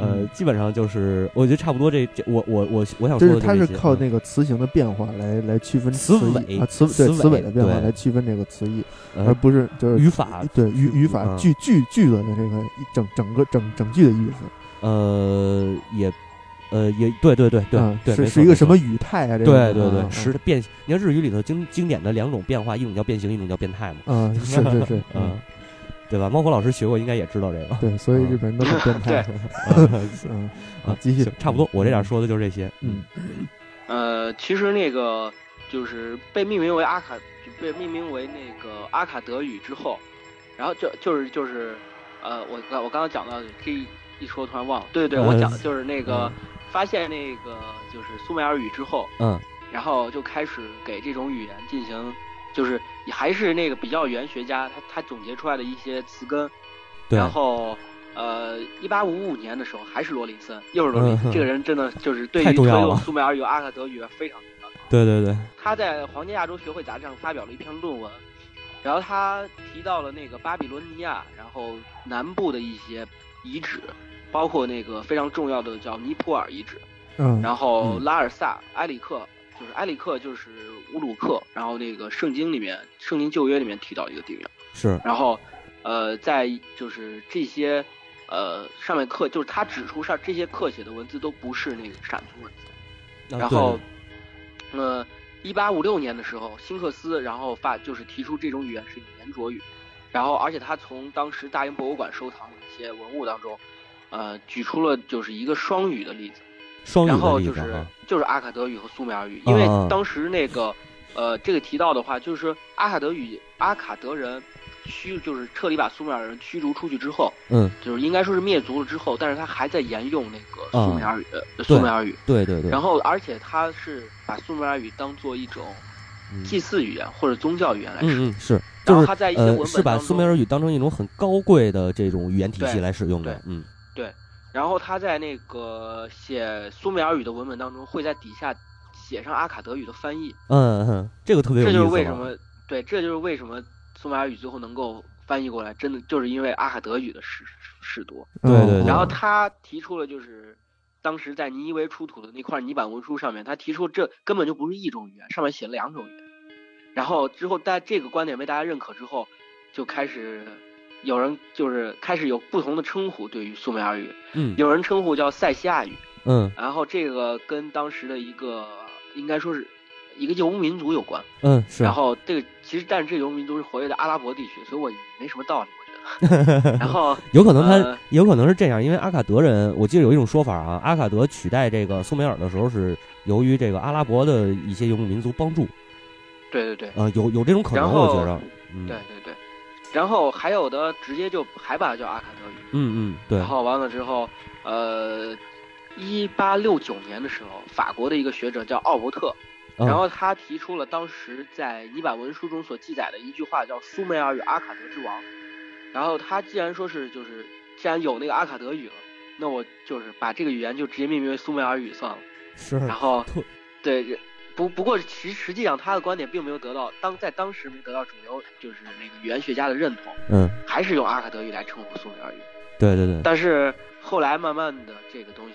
[SPEAKER 2] 呃，基本上就是我觉得差不多这这，我我我我想
[SPEAKER 1] 就
[SPEAKER 2] 说
[SPEAKER 1] 是
[SPEAKER 2] 的
[SPEAKER 1] 它
[SPEAKER 2] 这
[SPEAKER 1] 是
[SPEAKER 2] 些
[SPEAKER 1] 靠
[SPEAKER 2] 嗯
[SPEAKER 1] 那个词形的变化来来区分
[SPEAKER 2] 词
[SPEAKER 1] 义
[SPEAKER 2] 尾
[SPEAKER 1] 啊词
[SPEAKER 2] 词
[SPEAKER 1] 对词
[SPEAKER 2] 尾
[SPEAKER 1] 尾的变化
[SPEAKER 2] 对
[SPEAKER 1] 来区分这个词义，而
[SPEAKER 2] 呃
[SPEAKER 1] 不是就是
[SPEAKER 2] 语法
[SPEAKER 1] 对语语法
[SPEAKER 2] 啊嗯
[SPEAKER 1] 句句句子的这个一整整个整整句的意思，
[SPEAKER 2] 呃也呃也对对对对
[SPEAKER 1] 啊
[SPEAKER 2] 对，
[SPEAKER 1] 是
[SPEAKER 2] 没
[SPEAKER 1] 是
[SPEAKER 2] 错
[SPEAKER 1] 一
[SPEAKER 2] 没
[SPEAKER 1] 个什
[SPEAKER 2] 错
[SPEAKER 1] 么语态啊？这
[SPEAKER 2] 对
[SPEAKER 1] 个
[SPEAKER 2] 对
[SPEAKER 1] 啊
[SPEAKER 2] 对，
[SPEAKER 1] 啊
[SPEAKER 2] 时变，你看日语里头经经典的两种变化，一种叫变形，一种叫变态嘛，
[SPEAKER 1] 啊，是是是，
[SPEAKER 2] 嗯
[SPEAKER 1] 嗯，，
[SPEAKER 2] 对吧？猫火老师学过，应该也知道这 个。
[SPEAKER 1] 对，所以日本人都很变态， 嗯，
[SPEAKER 2] 啊
[SPEAKER 1] 啊，继续
[SPEAKER 2] 行差不多，我这点说的就是这些。
[SPEAKER 1] 嗯，
[SPEAKER 3] 呃，其实那个就是被命名为阿卡，就被命名为那个阿卡德语之后，然后就就是就是，呃，我刚我刚刚讲到这一一说突然忘了，对对对，我
[SPEAKER 2] 呃
[SPEAKER 3] 讲的就是那个发现那个就是苏美尔语之后，
[SPEAKER 2] 嗯，
[SPEAKER 3] 然后就开始给这种语言进行，就是也还是那个比较原学家他他总结出来的一些词根，
[SPEAKER 2] 对，
[SPEAKER 3] 然后。呃，一八五五年的时候，还是罗林森，又是罗林森。
[SPEAKER 2] 嗯
[SPEAKER 3] 这个人真的就是对于
[SPEAKER 2] 太
[SPEAKER 3] 推
[SPEAKER 2] 重要了
[SPEAKER 3] 动苏美尔语、阿卡德语非常重要。
[SPEAKER 2] 对对对，
[SPEAKER 3] 他在《皇家亚洲学会杂志》上发表了一篇论文，然后他提到了那个巴比伦尼亚，然后南部的一些遗址，包括那个非常重要的叫尼泊尔遗址，
[SPEAKER 1] 嗯，
[SPEAKER 3] 然后
[SPEAKER 2] 嗯
[SPEAKER 3] 拉尔萨、埃里克，就是埃里克就是乌鲁克，然后那个圣经里面，圣经旧约里面提到一个地名，
[SPEAKER 2] 是，
[SPEAKER 3] 然后，呃，在就是这些，呃，上面刻就是他指出上这些刻写的文字都不是那个闪族文字。
[SPEAKER 2] 啊
[SPEAKER 3] 然后，呃，一八五六年的时候，辛克斯然后发就是提出这种语言是粘着语，然后而且他从当时大英博物馆收藏的一些文物当中，呃，举出了就是一个双语的例子，
[SPEAKER 2] 对双语
[SPEAKER 3] 然
[SPEAKER 2] 的
[SPEAKER 3] 后
[SPEAKER 2] 例
[SPEAKER 3] 就
[SPEAKER 2] 子
[SPEAKER 3] 是
[SPEAKER 2] 啊，
[SPEAKER 3] 就是阿卡德语和苏美尔语，因为
[SPEAKER 2] 啊啊
[SPEAKER 3] 当时那个呃这个提到的话，就是阿卡德语阿卡德人驱就是彻底把苏美尔人驱逐出去之后，
[SPEAKER 2] 嗯，
[SPEAKER 3] 就是应该说是灭族了之后，但是他还在沿用那个苏美尔语、呃苏美尔语，
[SPEAKER 2] 嗯对对对，
[SPEAKER 3] 然
[SPEAKER 2] 后
[SPEAKER 3] 后，而且他是把苏美尔语当做一种祭
[SPEAKER 2] 嗯
[SPEAKER 3] 祀语言或者宗教语言来使，
[SPEAKER 2] 嗯嗯是，
[SPEAKER 3] 然
[SPEAKER 2] 就
[SPEAKER 3] 后
[SPEAKER 2] 是
[SPEAKER 3] 他在一些文
[SPEAKER 2] 呃
[SPEAKER 3] 本
[SPEAKER 2] 是把
[SPEAKER 3] 当
[SPEAKER 2] 苏美尔
[SPEAKER 3] 中
[SPEAKER 2] 语当成一种很高贵的这种语言体系
[SPEAKER 3] 对
[SPEAKER 2] 来使用的
[SPEAKER 3] 对，
[SPEAKER 2] 嗯
[SPEAKER 3] 然后他在那个写苏美尔语的文本当中，会在底下写上阿卡德语的翻译，
[SPEAKER 2] 嗯嗯，这个特别有
[SPEAKER 3] 这
[SPEAKER 2] 意思
[SPEAKER 3] 就
[SPEAKER 2] 了。
[SPEAKER 3] 是为什么对，这就是为什么苏美尔语最后能够翻译过来，真的就是因为阿卡德语的使使多。
[SPEAKER 1] 嗯
[SPEAKER 2] 嗯
[SPEAKER 3] 然后他提出了就是。当时在尼尼微出土的那块泥板文书上面，他提出这根本就不是一种语言，上面写了两种语言。然后之后，在这个观点被大家认可之后，就开始有人就是开始有不同的称呼对于苏美尔语，
[SPEAKER 2] 嗯
[SPEAKER 3] 有人称呼叫塞西亚语，
[SPEAKER 2] 嗯
[SPEAKER 3] 然后这个跟当时的一个应该说是一个游牧民族有关。
[SPEAKER 2] 嗯是，
[SPEAKER 3] 然后这个其实但是这个游牧民族是活跃在阿拉伯地区，所以我没什么道理，我觉得。 然后
[SPEAKER 2] 有可能他
[SPEAKER 3] 呃
[SPEAKER 2] 有可能是这样，因为阿卡德人，我记得有一种说法啊，阿卡德取代这个苏美尔的时候是由于这个阿拉伯的一些游牧民族帮助，
[SPEAKER 3] 对对对，
[SPEAKER 2] 呃，有有这种可能，
[SPEAKER 3] 然
[SPEAKER 2] 我
[SPEAKER 3] 后
[SPEAKER 2] 觉着，嗯，
[SPEAKER 3] 对对对，然后还有的直接就还把它叫阿卡德语，
[SPEAKER 2] 嗯嗯对
[SPEAKER 3] 然，后完了之后，呃，一八六九年的时候，法国的一个学者叫奥伯特，
[SPEAKER 2] 嗯
[SPEAKER 3] 然后他提出了当时在泥板文书中所记载的一句话，叫“苏美尔与阿卡德之王”。然后他既然说是就是，既然有那个阿卡德语了，那我就是把这个语言就直接命名为苏美尔语算了。
[SPEAKER 2] 是
[SPEAKER 3] 然后
[SPEAKER 2] 特，
[SPEAKER 3] 对，不不过其实际上他的观点并没有得到当在当时没得到主流就是那个语言学家的认同，
[SPEAKER 2] 嗯，
[SPEAKER 3] 还是用阿卡德语来称呼苏美尔语。
[SPEAKER 2] 对对对，
[SPEAKER 3] 但是后来慢慢的这个东西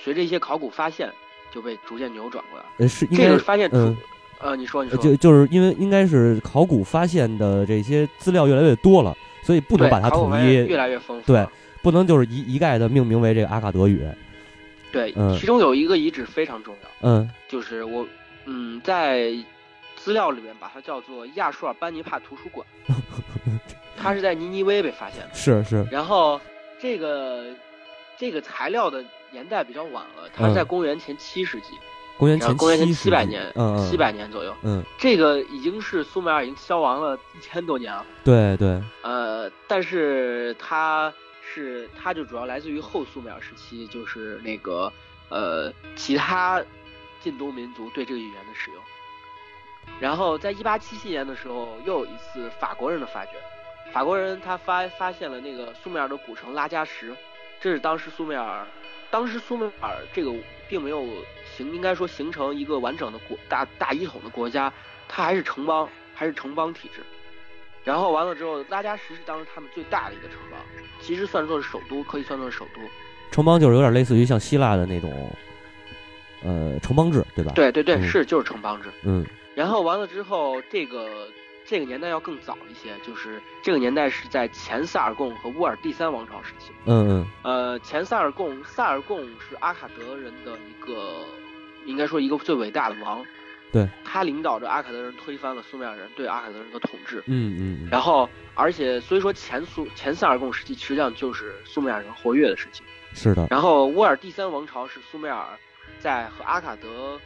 [SPEAKER 3] 随着一些考古发现就被逐渐扭转过来了。
[SPEAKER 2] 呃是应
[SPEAKER 3] 这
[SPEAKER 2] 该
[SPEAKER 3] 个发现主，
[SPEAKER 2] 嗯
[SPEAKER 3] 呃，你说你
[SPEAKER 2] 呃
[SPEAKER 3] 说，
[SPEAKER 2] 就就是因为应该是考古发现的这些资料越来越多了，所以不能
[SPEAKER 3] 对
[SPEAKER 2] 把它
[SPEAKER 3] 考古
[SPEAKER 2] 统
[SPEAKER 3] 发现
[SPEAKER 2] 一
[SPEAKER 3] 越，来越丰富。
[SPEAKER 2] 对，不能就是一一概的命名为这个阿卡德语。
[SPEAKER 3] 对，
[SPEAKER 2] 嗯
[SPEAKER 3] 其中有一个遗址非常重要，
[SPEAKER 2] 嗯
[SPEAKER 3] 就是我，嗯，在资料里面把它叫做亚述尔班尼帕图书 馆，它是在尼尼微被发现的。
[SPEAKER 2] 是是，
[SPEAKER 3] 然后这个这个材料的年代比较晚了，它是在
[SPEAKER 2] 嗯
[SPEAKER 3] 公元前七世纪，
[SPEAKER 2] 公元
[SPEAKER 3] 然后
[SPEAKER 2] 前
[SPEAKER 3] 公元前
[SPEAKER 2] 七
[SPEAKER 3] 七
[SPEAKER 2] 世
[SPEAKER 3] 百
[SPEAKER 2] 纪
[SPEAKER 3] 年
[SPEAKER 2] 嗯，嗯
[SPEAKER 3] 七百年左右，
[SPEAKER 2] 嗯，
[SPEAKER 3] 这个已经是苏美尔已经消亡了一千多年了。
[SPEAKER 2] 对对，
[SPEAKER 3] 呃，但是它是它就主要来自于后苏美尔时期，就是那个呃其他近东民族对这个语言的使用。然后在一八七七年的时候，又有一次法国人的发掘，法国人他发发现了那个苏美尔的古城拉加什，这是当时苏美尔，当时苏美尔这个并没有形，应该说形成一个完整的国大大一统的国家，它还是城邦，还是城邦体制。然后完了之后，拉加什是当时他们最大的一个城邦，其实算作是首都，可以算作是首都。
[SPEAKER 2] 城邦就是有点类似于像希腊的那种，呃，城邦制，对吧？，
[SPEAKER 3] 对对对，
[SPEAKER 2] 嗯
[SPEAKER 3] 是就是城邦制。
[SPEAKER 2] 嗯
[SPEAKER 3] 然后完了之后，这个这个年代要更早一些，就是这个年代是在前萨尔贡和乌尔第三王朝时期。
[SPEAKER 2] 嗯嗯，
[SPEAKER 3] 呃，前萨尔贡，萨尔贡是阿卡德人的一个，应该说一个最伟大的王。
[SPEAKER 2] 对，
[SPEAKER 3] 他领导着阿卡德人推翻了苏美尔人对阿卡德人的统治。
[SPEAKER 2] 嗯嗯嗯，
[SPEAKER 3] 然后，而且所以说前苏前萨尔贡时期实际上就是苏美尔人活跃的时期。
[SPEAKER 2] 是的，
[SPEAKER 3] 然后乌尔第三王朝是苏美尔在和阿卡德，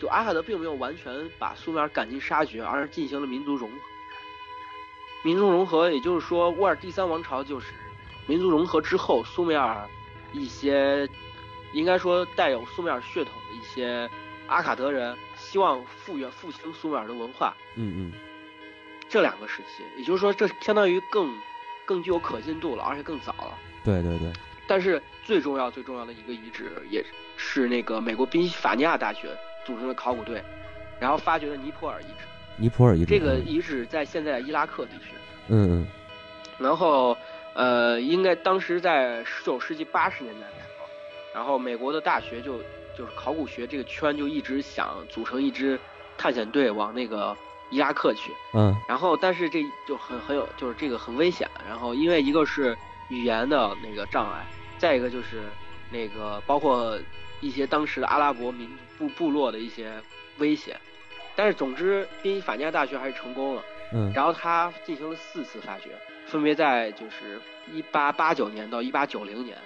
[SPEAKER 3] 就阿卡德并没有完全把苏美尔赶尽杀绝，而是进行了民族融合。民族融合，也就是说乌尔第三王朝就是民族融合之后，苏美尔一些应该说带有苏美尔血统的一些阿卡德人，希望复原复兴苏美尔的文化，
[SPEAKER 2] 嗯嗯，
[SPEAKER 3] 这两个时期，也就是说这相当于更更具有可信度了，而且更早了。
[SPEAKER 2] 对对对，
[SPEAKER 3] 但是最重要最重要的一个遗址，也是那个美国宾夕法尼亚大学组成的考古队，然后发掘了尼泊尔遗址。
[SPEAKER 2] 尼泊尔遗址，
[SPEAKER 3] 这个遗址在现在伊拉克地区，
[SPEAKER 2] 嗯嗯
[SPEAKER 3] 然后呃，应该当时在十九世纪八十年代的时候，然后美国的大学就就是考古学这个圈就一直想组成一支探险队往那个伊拉克去，
[SPEAKER 2] 嗯
[SPEAKER 3] 然后但是这就很很有就是这个很危险，然后因为一个是语言的那个障碍，再一个就是那个包括一些当时的阿拉伯民部部落的一些危险，但是总之宾夕法尼亚大学还是成功了，
[SPEAKER 2] 嗯
[SPEAKER 3] 然后他进行了四次发掘，分别在就是一八八九年到一八九零年，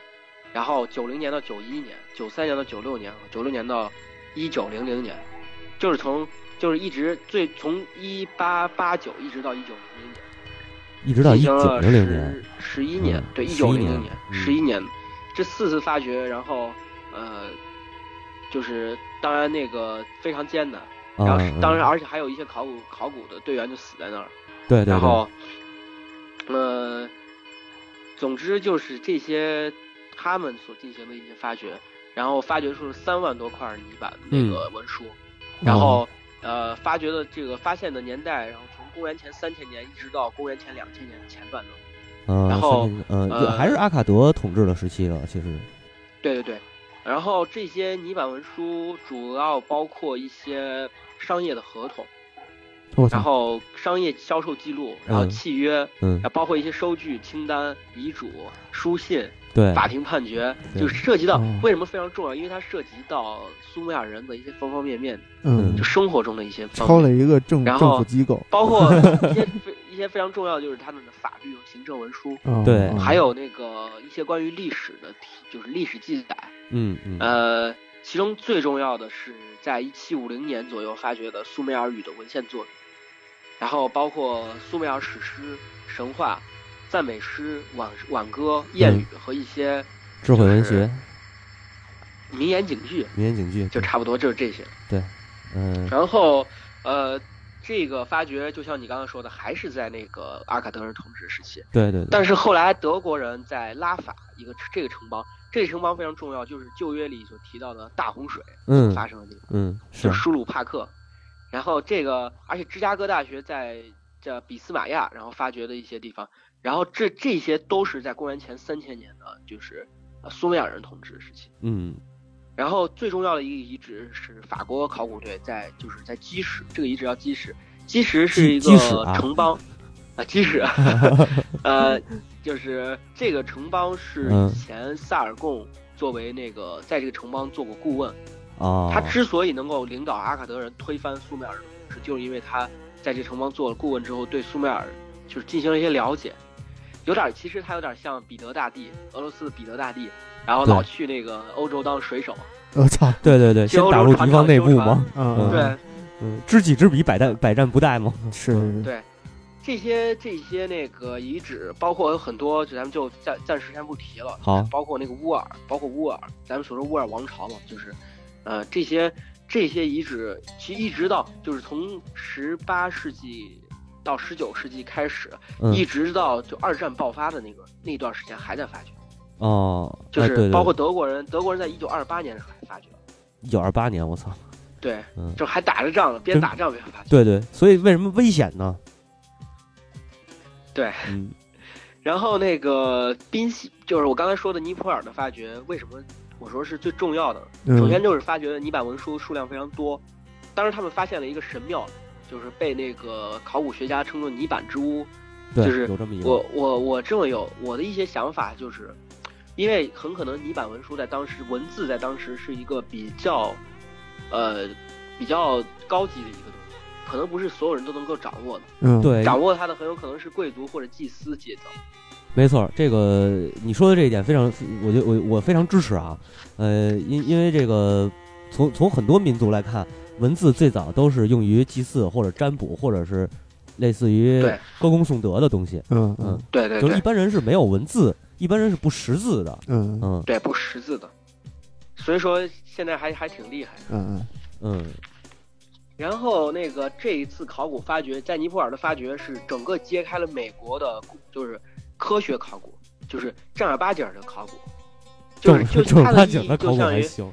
[SPEAKER 3] 然后九零年到九一年，九三年到九六年，九六年到一九零零年，就是从就是一直最从一八八九一直到一九零零年。
[SPEAKER 2] 一直到一
[SPEAKER 3] 进行
[SPEAKER 2] 九
[SPEAKER 3] 了
[SPEAKER 2] 零零年，
[SPEAKER 3] 十一年
[SPEAKER 2] 嗯，
[SPEAKER 3] 对，一
[SPEAKER 2] 11
[SPEAKER 3] 九零
[SPEAKER 2] 年
[SPEAKER 3] 零年，
[SPEAKER 2] 嗯
[SPEAKER 3] 十一年，这四次发掘，然后呃，就是当然那个非常艰难，然后
[SPEAKER 2] 嗯，
[SPEAKER 3] 当然
[SPEAKER 2] 嗯
[SPEAKER 3] 而且还有一些考古考古的队员就死在那儿，
[SPEAKER 2] 对对
[SPEAKER 3] 然
[SPEAKER 2] 对，
[SPEAKER 3] 后呃，总之就是这些他们所进行的一些发掘，然后发掘出了三万多块泥板
[SPEAKER 2] 嗯
[SPEAKER 3] 那个文
[SPEAKER 2] 哦
[SPEAKER 3] 书，然后呃，发掘的这个发现的年代，然后从公元前三千年一直到公元前两千年的前半段。
[SPEAKER 2] 嗯，
[SPEAKER 3] 然后
[SPEAKER 2] 嗯，就
[SPEAKER 3] 呃
[SPEAKER 2] 还是阿卡德统治的时期了，其实，
[SPEAKER 3] 对对对，然后这些泥板文书主要包括一些商业的合同，
[SPEAKER 2] 嗯
[SPEAKER 1] 我
[SPEAKER 3] 然
[SPEAKER 1] 操，
[SPEAKER 3] 后商业销售记录，然后
[SPEAKER 2] 嗯
[SPEAKER 3] 契约，
[SPEAKER 2] 嗯
[SPEAKER 3] 啊，，包括一些收据、清单、遗嘱、书信、
[SPEAKER 2] 对，
[SPEAKER 3] 法庭判决，
[SPEAKER 2] 哎对
[SPEAKER 3] 就涉及到
[SPEAKER 1] 哦
[SPEAKER 3] 为什么非常重要，因为它涉及到苏美尔人的一些方方面面，
[SPEAKER 1] 嗯
[SPEAKER 3] 就，生活中的一些方
[SPEAKER 1] 抄
[SPEAKER 3] 面，
[SPEAKER 1] 了一个政
[SPEAKER 3] 然
[SPEAKER 1] 政
[SPEAKER 3] 后
[SPEAKER 1] 府机构，
[SPEAKER 3] 包括一些非一些非常重要的就是他们的法律和行政文书，
[SPEAKER 1] 嗯
[SPEAKER 2] 对
[SPEAKER 1] 嗯
[SPEAKER 3] 还有那个一些关于历史的题，就是历史记载。
[SPEAKER 2] 嗯嗯，
[SPEAKER 3] 呃，其中最重要的是在一七五零年左右发掘的苏美尔语的文献作品，然后包括苏美尔史诗、神话、赞美诗、挽挽歌、谚语和一些
[SPEAKER 2] 智慧文学、
[SPEAKER 3] 名言警句，
[SPEAKER 2] 民言警句，
[SPEAKER 3] 就差不多就是这些。
[SPEAKER 2] 嗯
[SPEAKER 3] 然后，呃，这个发掘就像你刚刚说的，还是在那个阿卡德人统治时期。
[SPEAKER 2] 对对对，
[SPEAKER 3] 但是后来德国人在拉法一个这个城邦，这个城邦非常重要，就是旧约里所提到的大洪水
[SPEAKER 2] 嗯
[SPEAKER 3] 发生的地方，
[SPEAKER 2] 嗯
[SPEAKER 3] 就是舒鲁帕克。然后这个，而且芝加哥大学在这比斯马亚，然后发掘的一些地方，然后这这些都是在公元前三千年的，就是呃苏美尔人统治时期。
[SPEAKER 2] 嗯
[SPEAKER 3] 然后最重要的一个遗址是法国考古队在就是在基什，这个遗址叫基什，基什是一
[SPEAKER 2] 基基什
[SPEAKER 3] 个
[SPEAKER 2] 啊
[SPEAKER 3] 城邦，啊 基什，呃，就是这个城邦是
[SPEAKER 2] 嗯
[SPEAKER 3] 以前萨尔贡作为那个在这个城邦做过顾问，
[SPEAKER 2] 啊，
[SPEAKER 3] 他之所以能够领导阿卡德人推翻苏美尔人统治，就是因为他在这城邦做了顾问之后，对苏美尔就是进行了一些了解，有点其实他有点像彼得大帝，俄罗斯的彼得大帝，然后
[SPEAKER 2] 对
[SPEAKER 3] 老去那个欧洲当水手。
[SPEAKER 1] 我操，
[SPEAKER 2] 对对对，
[SPEAKER 3] 先
[SPEAKER 2] 先
[SPEAKER 3] 欧洲
[SPEAKER 2] 打入
[SPEAKER 3] 船
[SPEAKER 2] 敌方
[SPEAKER 3] 长
[SPEAKER 2] 内
[SPEAKER 3] 修
[SPEAKER 2] 部
[SPEAKER 3] 船
[SPEAKER 2] 嘛，
[SPEAKER 1] 嗯，
[SPEAKER 3] 对
[SPEAKER 2] 嗯，知己知彼，百战百战不殆嘛。
[SPEAKER 1] 是是
[SPEAKER 2] 嗯
[SPEAKER 1] 是，
[SPEAKER 3] 对，这些这些那个遗址，包括有很多，就咱们就暂暂时先不提了，
[SPEAKER 2] 好，
[SPEAKER 3] 包括那个乌尔，包括乌尔，咱们所说乌尔王朝嘛，就是，呃，这些这些遗址，其实一直到就是从十八世纪到十九世纪开始，
[SPEAKER 2] 嗯
[SPEAKER 3] 一直到就二战爆发的那个那段时间还在发掘，
[SPEAKER 2] 哦，
[SPEAKER 3] 就
[SPEAKER 2] 哎
[SPEAKER 3] 是
[SPEAKER 2] 对
[SPEAKER 3] 包括德国人，德国人在一九二八年的时候还发掘，
[SPEAKER 2] 一九二八年，我操，
[SPEAKER 3] 对，
[SPEAKER 2] 嗯
[SPEAKER 3] 就还打着仗呢，边
[SPEAKER 2] 真
[SPEAKER 3] 打仗边发掘。
[SPEAKER 2] 对对，所以为什么危险呢？
[SPEAKER 3] 对，
[SPEAKER 2] 嗯
[SPEAKER 3] 然后那个宾夕，就是我刚才说的尼泊尔的发掘，为什么我说是最重要的？
[SPEAKER 1] 嗯
[SPEAKER 3] 首先就是发掘的泥板文书数量非常多，当时他们发现了一个神庙，就是被那个考古学家称作泥板之屋。
[SPEAKER 2] 对，
[SPEAKER 3] 就是
[SPEAKER 2] 有这么一个
[SPEAKER 3] 我我我这么有我的一些想法，就是因为很可能泥板文书在当时文字在当时是一个比较，呃，比较高级的一个东西，可能不是所有人都能够掌握的，
[SPEAKER 1] 嗯，
[SPEAKER 2] 对，
[SPEAKER 3] 掌握它的很有可能是贵族或者祭司阶层。
[SPEAKER 2] 没错，这个你说的这一点非常，我觉得我我非常支持啊。呃，因因为这个从从很多民族来看，文字最早都是用于祭祀或者占卜，或者是类似于
[SPEAKER 3] 对
[SPEAKER 2] 歌功颂德的东西。
[SPEAKER 1] 嗯
[SPEAKER 2] 嗯
[SPEAKER 1] 嗯，
[SPEAKER 3] 对对
[SPEAKER 2] 就是
[SPEAKER 3] 对
[SPEAKER 2] 一，般人是没有文字，一般人是不识字的。
[SPEAKER 1] 嗯嗯
[SPEAKER 2] 嗯
[SPEAKER 3] 对，不识字的，所以说现在还还挺厉害的。
[SPEAKER 1] 嗯
[SPEAKER 2] 嗯，
[SPEAKER 3] 然后那个这一次考古发掘，在尼泊尔的发掘是整个揭开了美国的，就是科学考古，就是正儿八经儿的考古，就是
[SPEAKER 2] 正
[SPEAKER 3] 就是
[SPEAKER 2] 正
[SPEAKER 3] 它
[SPEAKER 2] 儿八
[SPEAKER 3] 的意
[SPEAKER 2] 经
[SPEAKER 3] 义
[SPEAKER 2] 的考
[SPEAKER 3] 就
[SPEAKER 2] 古
[SPEAKER 3] 像
[SPEAKER 2] 还
[SPEAKER 3] 于
[SPEAKER 2] 行。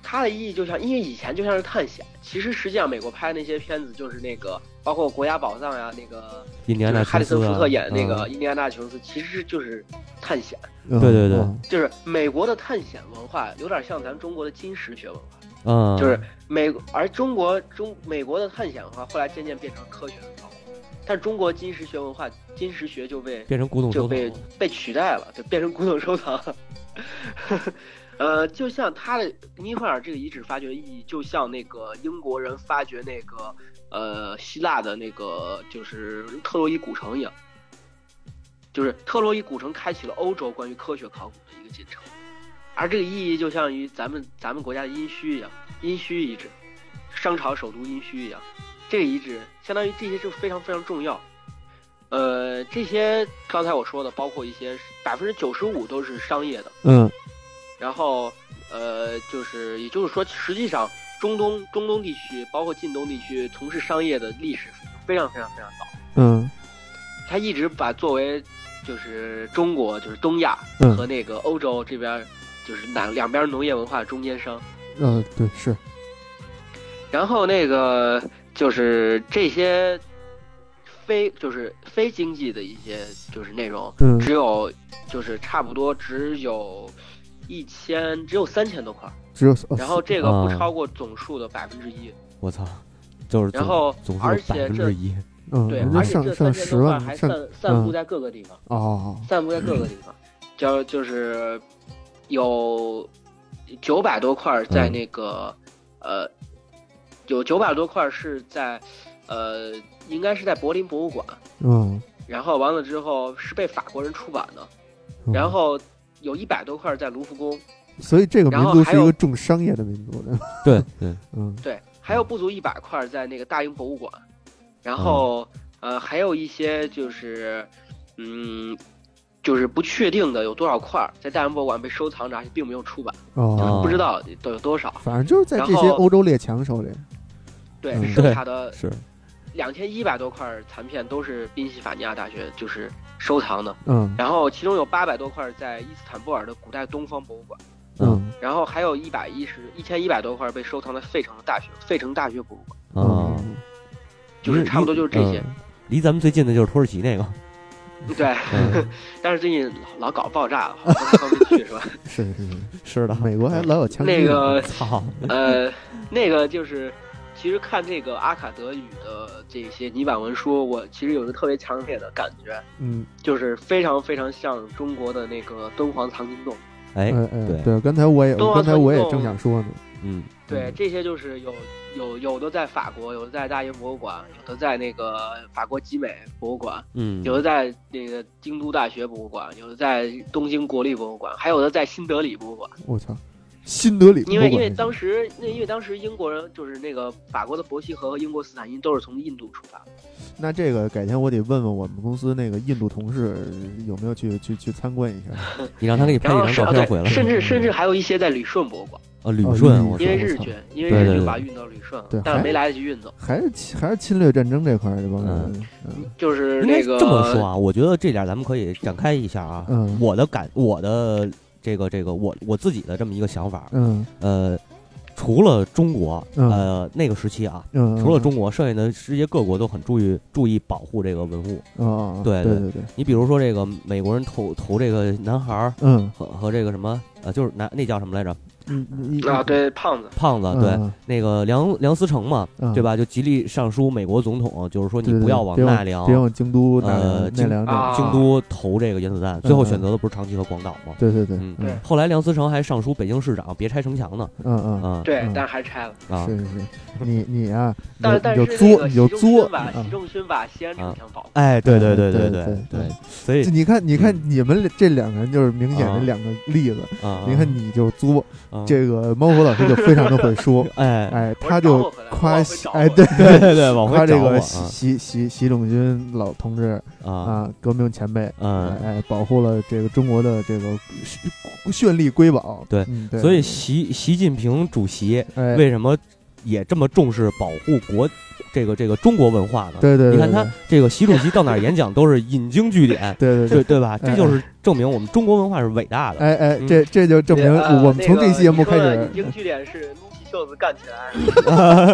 [SPEAKER 3] 它的意义就像，因为以前就像是探险，其实实际上美国拍那些片子就是那个，包括国家宝藏呀、那个
[SPEAKER 2] 印第
[SPEAKER 3] 就
[SPEAKER 2] 安纳
[SPEAKER 3] 是哈
[SPEAKER 2] 琼
[SPEAKER 3] 里森
[SPEAKER 2] 斯
[SPEAKER 3] 福
[SPEAKER 2] 啊
[SPEAKER 3] 特演的那个
[SPEAKER 2] 嗯
[SPEAKER 3] 印第安纳琼斯，其实就是探险，
[SPEAKER 1] 嗯，
[SPEAKER 2] 对对对
[SPEAKER 1] 嗯
[SPEAKER 3] 就是美国的探险文化有点像咱们中国的金石学文化。
[SPEAKER 2] 嗯，
[SPEAKER 3] 就是美，而中国中美国的探险文化后来渐渐变成科学文化，但中国金石学文化，金石学就被
[SPEAKER 2] 变成古董
[SPEAKER 3] 就
[SPEAKER 2] 收藏
[SPEAKER 3] 被
[SPEAKER 2] 了。
[SPEAKER 3] 被取代了，就变成古董收藏了。呃，就像它的尼泊尔这个遗址发掘意义，就像那个英国人发掘那个呃希腊的那个就是特洛伊古城一样，就是特洛伊古城开启了欧洲关于科学考古的一个进程，而这个意义就像于咱们咱们国家的殷墟一样，殷墟遗址，商朝首都殷墟一样，这个遗址相当于这些就非常非常重要。呃，这些刚才我说的，包括一些百分之九十五都是商业的，
[SPEAKER 1] 嗯
[SPEAKER 3] 然后呃，就是也就是说，实际上中东中东地区包括近东地区从事商业的历史非常非常非常早，
[SPEAKER 1] 嗯
[SPEAKER 3] 他一直把作为就是中国就是东亚和
[SPEAKER 1] 嗯
[SPEAKER 3] 那个欧洲这边就是两两边农业文化的中间商。
[SPEAKER 1] 嗯，对是，
[SPEAKER 3] 然后那个就是这些非就是非经济的一些就是内容，
[SPEAKER 1] 嗯
[SPEAKER 3] 只有就是差不多只有一千，只有三千多块儿，
[SPEAKER 1] 只有哦
[SPEAKER 3] 然后这个不
[SPEAKER 2] 啊
[SPEAKER 3] 超过总数的百分之一。
[SPEAKER 2] 我操，就是
[SPEAKER 3] 然后
[SPEAKER 2] 总总
[SPEAKER 3] 而
[SPEAKER 2] 数百
[SPEAKER 3] 且
[SPEAKER 2] 分
[SPEAKER 3] 这
[SPEAKER 2] 之一。
[SPEAKER 1] 嗯，
[SPEAKER 3] 对，
[SPEAKER 1] 人家
[SPEAKER 3] 而且
[SPEAKER 1] 上
[SPEAKER 3] 这三
[SPEAKER 1] 上
[SPEAKER 3] 千
[SPEAKER 1] 十
[SPEAKER 3] 多块儿
[SPEAKER 1] 万
[SPEAKER 3] 还
[SPEAKER 1] 上
[SPEAKER 3] 散散布
[SPEAKER 1] 嗯
[SPEAKER 3] 在各个地方，
[SPEAKER 1] 哦，
[SPEAKER 3] 散布在各个地方，就就是有九百多块儿在
[SPEAKER 2] 嗯
[SPEAKER 3] 那个、呃，有九百多块儿是在呃，应该是在柏林博物馆。
[SPEAKER 1] 嗯，
[SPEAKER 3] 然后完了之后是被法国人出版的，
[SPEAKER 1] 嗯
[SPEAKER 3] 然后有一百多块在卢浮宫，
[SPEAKER 1] 所以这个
[SPEAKER 3] 然
[SPEAKER 1] 民
[SPEAKER 3] 后
[SPEAKER 1] 族
[SPEAKER 3] 还
[SPEAKER 1] 是一
[SPEAKER 3] 有
[SPEAKER 1] 个重商业的民族的，
[SPEAKER 2] 对对，
[SPEAKER 1] 嗯
[SPEAKER 3] 对，还有不足一百块在那个大英博物馆，然后、呃还有一些就是嗯就是不确定的有多少块儿在大英博物馆被收藏着，而且并没有出版，
[SPEAKER 1] 哦，
[SPEAKER 3] 不知道都有多少。
[SPEAKER 1] 反正就是在这些
[SPEAKER 3] 然后
[SPEAKER 1] 欧洲列强手里，
[SPEAKER 3] 对，
[SPEAKER 1] 嗯
[SPEAKER 3] 剩下的
[SPEAKER 2] 是
[SPEAKER 3] 两千一百多块残片都是宾夕法尼亚大学就是收藏的，
[SPEAKER 1] 嗯
[SPEAKER 3] 然后其中有八百多块在伊斯坦布尔的古代东方博物馆。
[SPEAKER 1] 嗯
[SPEAKER 3] 然后还有一百一十一千一百多块被收藏在费城的大学费城大学博物馆，
[SPEAKER 2] 啊、啊，
[SPEAKER 1] 嗯
[SPEAKER 3] 就是
[SPEAKER 2] 离
[SPEAKER 3] 差不多就是这些。。
[SPEAKER 2] 嗯离咱们最近的就是土耳其那个，
[SPEAKER 3] 对，
[SPEAKER 2] 嗯
[SPEAKER 3] 但是最近老老搞爆炸了，好像上不去 是吧？
[SPEAKER 1] 是是是，
[SPEAKER 2] 是的。
[SPEAKER 1] 美国还老有枪击呢。
[SPEAKER 3] 嗯那 个
[SPEAKER 2] 嗯操，
[SPEAKER 3] 呃，那个就是，其实看这个阿卡德语的这些泥板文书，我其实有一个特别强烈的感觉，
[SPEAKER 1] 嗯，
[SPEAKER 3] 就是非常非常像中国的那个敦煌藏经洞。
[SPEAKER 2] 哎，
[SPEAKER 1] 哎哎，
[SPEAKER 2] 对
[SPEAKER 1] 对，刚才我也，
[SPEAKER 3] 东
[SPEAKER 1] 我
[SPEAKER 3] 方
[SPEAKER 1] 刚才
[SPEAKER 3] 神
[SPEAKER 1] 我也
[SPEAKER 3] 洞
[SPEAKER 1] 正想说呢，
[SPEAKER 2] 嗯，
[SPEAKER 3] 对，这些就是有有有的在法国，有的在大英博物馆，有的在那个法国集美博物馆，
[SPEAKER 2] 嗯，
[SPEAKER 3] 有的在那个京都大学博物馆，有的在东京国立博物馆，还有的在新德里博物馆。
[SPEAKER 1] 我操，新德里博物
[SPEAKER 3] 因为
[SPEAKER 1] 馆
[SPEAKER 3] 因为
[SPEAKER 1] 那
[SPEAKER 3] 当
[SPEAKER 1] 是
[SPEAKER 3] 时那因为当时英国人就是那个法国的伯希和和英国斯坦因都是从印度出发的。
[SPEAKER 1] 那这个改天我得问问我们公司那个印度同事呃有没有去去去参观一下。
[SPEAKER 2] 你让他给你拍
[SPEAKER 3] 然后
[SPEAKER 2] 几
[SPEAKER 3] 是
[SPEAKER 2] 张照
[SPEAKER 3] 哦
[SPEAKER 2] 片回来
[SPEAKER 3] 对，，甚至甚至还有一些在旅顺博物馆，
[SPEAKER 2] 啊，旅
[SPEAKER 1] 哦
[SPEAKER 2] 顺，
[SPEAKER 1] 旅
[SPEAKER 2] 我
[SPEAKER 3] 因为
[SPEAKER 2] 说
[SPEAKER 1] 是
[SPEAKER 3] 日
[SPEAKER 1] 我操
[SPEAKER 3] 军，因为
[SPEAKER 2] 对
[SPEAKER 3] 日
[SPEAKER 2] 对
[SPEAKER 3] 军
[SPEAKER 2] 对
[SPEAKER 3] 把运到旅顺了
[SPEAKER 1] 对，
[SPEAKER 3] 但是
[SPEAKER 1] 还
[SPEAKER 3] 没来得及运走，
[SPEAKER 1] 还是侵还是侵略战争这块儿这帮人，嗯
[SPEAKER 3] 就是
[SPEAKER 2] 应
[SPEAKER 3] 那
[SPEAKER 2] 该
[SPEAKER 3] 个
[SPEAKER 2] 这么说啊，我觉得这点咱们可以展开一下啊。
[SPEAKER 1] 嗯
[SPEAKER 2] 我的感，我的这个这个我我自己的这么一个想法，
[SPEAKER 1] 嗯
[SPEAKER 2] 呃，除了中国，
[SPEAKER 1] 嗯
[SPEAKER 2] 呃，那个时期啊，
[SPEAKER 1] 嗯，
[SPEAKER 2] 除了中国，剩下的世界各国都很注意注意保护这个文物。
[SPEAKER 1] 啊，
[SPEAKER 2] 对
[SPEAKER 1] 对
[SPEAKER 2] 对
[SPEAKER 1] 对，
[SPEAKER 2] 你比如说这个美国人投投这个男孩儿
[SPEAKER 1] 嗯
[SPEAKER 2] 和和这个什么呃，就是男那叫什么来着？
[SPEAKER 1] 嗯你
[SPEAKER 3] 啊，，对胖子，
[SPEAKER 2] 胖子，
[SPEAKER 1] 嗯
[SPEAKER 2] 啊对，
[SPEAKER 1] 嗯
[SPEAKER 2] 那个梁梁思成嘛，
[SPEAKER 1] 嗯
[SPEAKER 2] 对吧？就极力上书美国总统，就是说你
[SPEAKER 1] 对对
[SPEAKER 2] 不
[SPEAKER 1] 对
[SPEAKER 2] 要往
[SPEAKER 1] 别
[SPEAKER 2] 奈良、
[SPEAKER 1] 别往京都奈
[SPEAKER 2] 呃
[SPEAKER 1] 良奈
[SPEAKER 2] 京
[SPEAKER 1] 良那
[SPEAKER 3] 啊
[SPEAKER 1] 个，
[SPEAKER 2] 京都投这个原子弹，最后选择的不是长崎和广岛吗？
[SPEAKER 1] 对对对，
[SPEAKER 2] 嗯
[SPEAKER 1] 嗯
[SPEAKER 3] 对
[SPEAKER 2] 后来梁思成还上书北京市长别拆城墙呢，
[SPEAKER 1] 嗯
[SPEAKER 2] 啊
[SPEAKER 3] 对
[SPEAKER 1] 嗯，
[SPEAKER 3] 但是还拆了。
[SPEAKER 2] 啊
[SPEAKER 1] 是是是，你你啊，
[SPEAKER 3] 但
[SPEAKER 1] 有
[SPEAKER 3] 是但
[SPEAKER 1] 有
[SPEAKER 3] 是那
[SPEAKER 1] 作
[SPEAKER 3] 个
[SPEAKER 1] 你
[SPEAKER 3] 习
[SPEAKER 1] 就
[SPEAKER 3] 仲勋
[SPEAKER 1] 作嗯
[SPEAKER 3] 把
[SPEAKER 1] 啊
[SPEAKER 3] 习。仲勋把西安城墙保护。
[SPEAKER 2] 哎，对对
[SPEAKER 1] 对对
[SPEAKER 2] 对对
[SPEAKER 1] 对
[SPEAKER 2] 对，所以
[SPEAKER 1] 就你看，你看你们这两个人就是明显
[SPEAKER 2] 啊
[SPEAKER 1] 的两个例子。
[SPEAKER 2] 啊，
[SPEAKER 1] 你看你就作，
[SPEAKER 2] 啊
[SPEAKER 1] 这个猫火老师就非常的会 说，
[SPEAKER 2] 哎
[SPEAKER 1] 哎，
[SPEAKER 3] 我
[SPEAKER 1] 他
[SPEAKER 3] 找
[SPEAKER 1] 就
[SPEAKER 3] 我回来
[SPEAKER 1] 夸
[SPEAKER 3] 我会
[SPEAKER 1] 习
[SPEAKER 3] 找
[SPEAKER 1] 哎，
[SPEAKER 3] 我
[SPEAKER 1] 对，
[SPEAKER 2] 对对对，往
[SPEAKER 1] 夸
[SPEAKER 2] 回
[SPEAKER 1] 这
[SPEAKER 2] 找我嗯
[SPEAKER 1] 个习习习习仲勋老同志
[SPEAKER 2] 啊啊
[SPEAKER 1] 啊，革命前辈，
[SPEAKER 2] 嗯
[SPEAKER 1] 哎，保护了这个中国的这个绚丽瑰宝。
[SPEAKER 2] 对
[SPEAKER 1] 嗯，
[SPEAKER 2] 所以习习近平主席
[SPEAKER 1] 哎，
[SPEAKER 2] 为什么也这么重视保护国这个这个中国文化呢？
[SPEAKER 1] 对对，
[SPEAKER 2] 你
[SPEAKER 1] 对，
[SPEAKER 2] 看他这个习主席到哪儿演讲都是引经据典
[SPEAKER 1] 对对对，
[SPEAKER 2] 对对吧？
[SPEAKER 1] 哎
[SPEAKER 2] 这就是证明我们中国文化是伟大的。
[SPEAKER 1] 哎哎，
[SPEAKER 2] 嗯
[SPEAKER 1] 这这就证明
[SPEAKER 3] 呃
[SPEAKER 1] 我们从这期节目开
[SPEAKER 3] 那个你说的
[SPEAKER 1] 始
[SPEAKER 3] 引，经据典是撸起袖子干起来，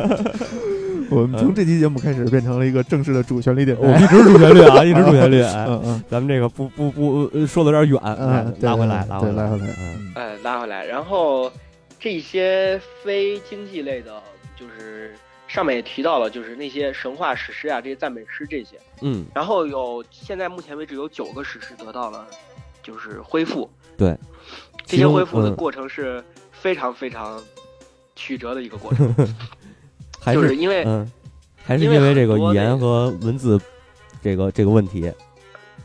[SPEAKER 1] 我们从这期节目开始变成了一个正式的主旋律电
[SPEAKER 2] 嗯我
[SPEAKER 1] 台
[SPEAKER 2] 们。一直主旋律啊，一直主旋律。哎
[SPEAKER 1] 嗯嗯
[SPEAKER 2] 咱们这个不不不呃说的有点远，哎
[SPEAKER 1] 嗯，对
[SPEAKER 2] 拉回来，
[SPEAKER 1] 对
[SPEAKER 2] 拉
[SPEAKER 1] 对
[SPEAKER 2] 回
[SPEAKER 1] 拉回来。
[SPEAKER 2] 嗯，
[SPEAKER 1] 嗯
[SPEAKER 3] 哎，拉回来，然后这些非经济类的，就是上面也提到了，就是那些神话史诗啊，这些赞美诗这些，
[SPEAKER 2] 嗯，
[SPEAKER 3] 然后有现在目前为止有九个史诗得到了就是恢复，
[SPEAKER 2] 对，
[SPEAKER 3] 这
[SPEAKER 2] 其
[SPEAKER 3] 些
[SPEAKER 2] 中
[SPEAKER 3] 恢复的
[SPEAKER 2] 嗯
[SPEAKER 3] 过程是非常非常曲折的一个过程，
[SPEAKER 2] 还
[SPEAKER 3] 就是
[SPEAKER 2] 是
[SPEAKER 3] 因为
[SPEAKER 2] 嗯，还是
[SPEAKER 3] 因
[SPEAKER 2] 因
[SPEAKER 3] 为
[SPEAKER 2] 为这个
[SPEAKER 3] 很多
[SPEAKER 2] 语
[SPEAKER 3] 那
[SPEAKER 2] 言和
[SPEAKER 3] 个
[SPEAKER 2] 文字这个这个问题。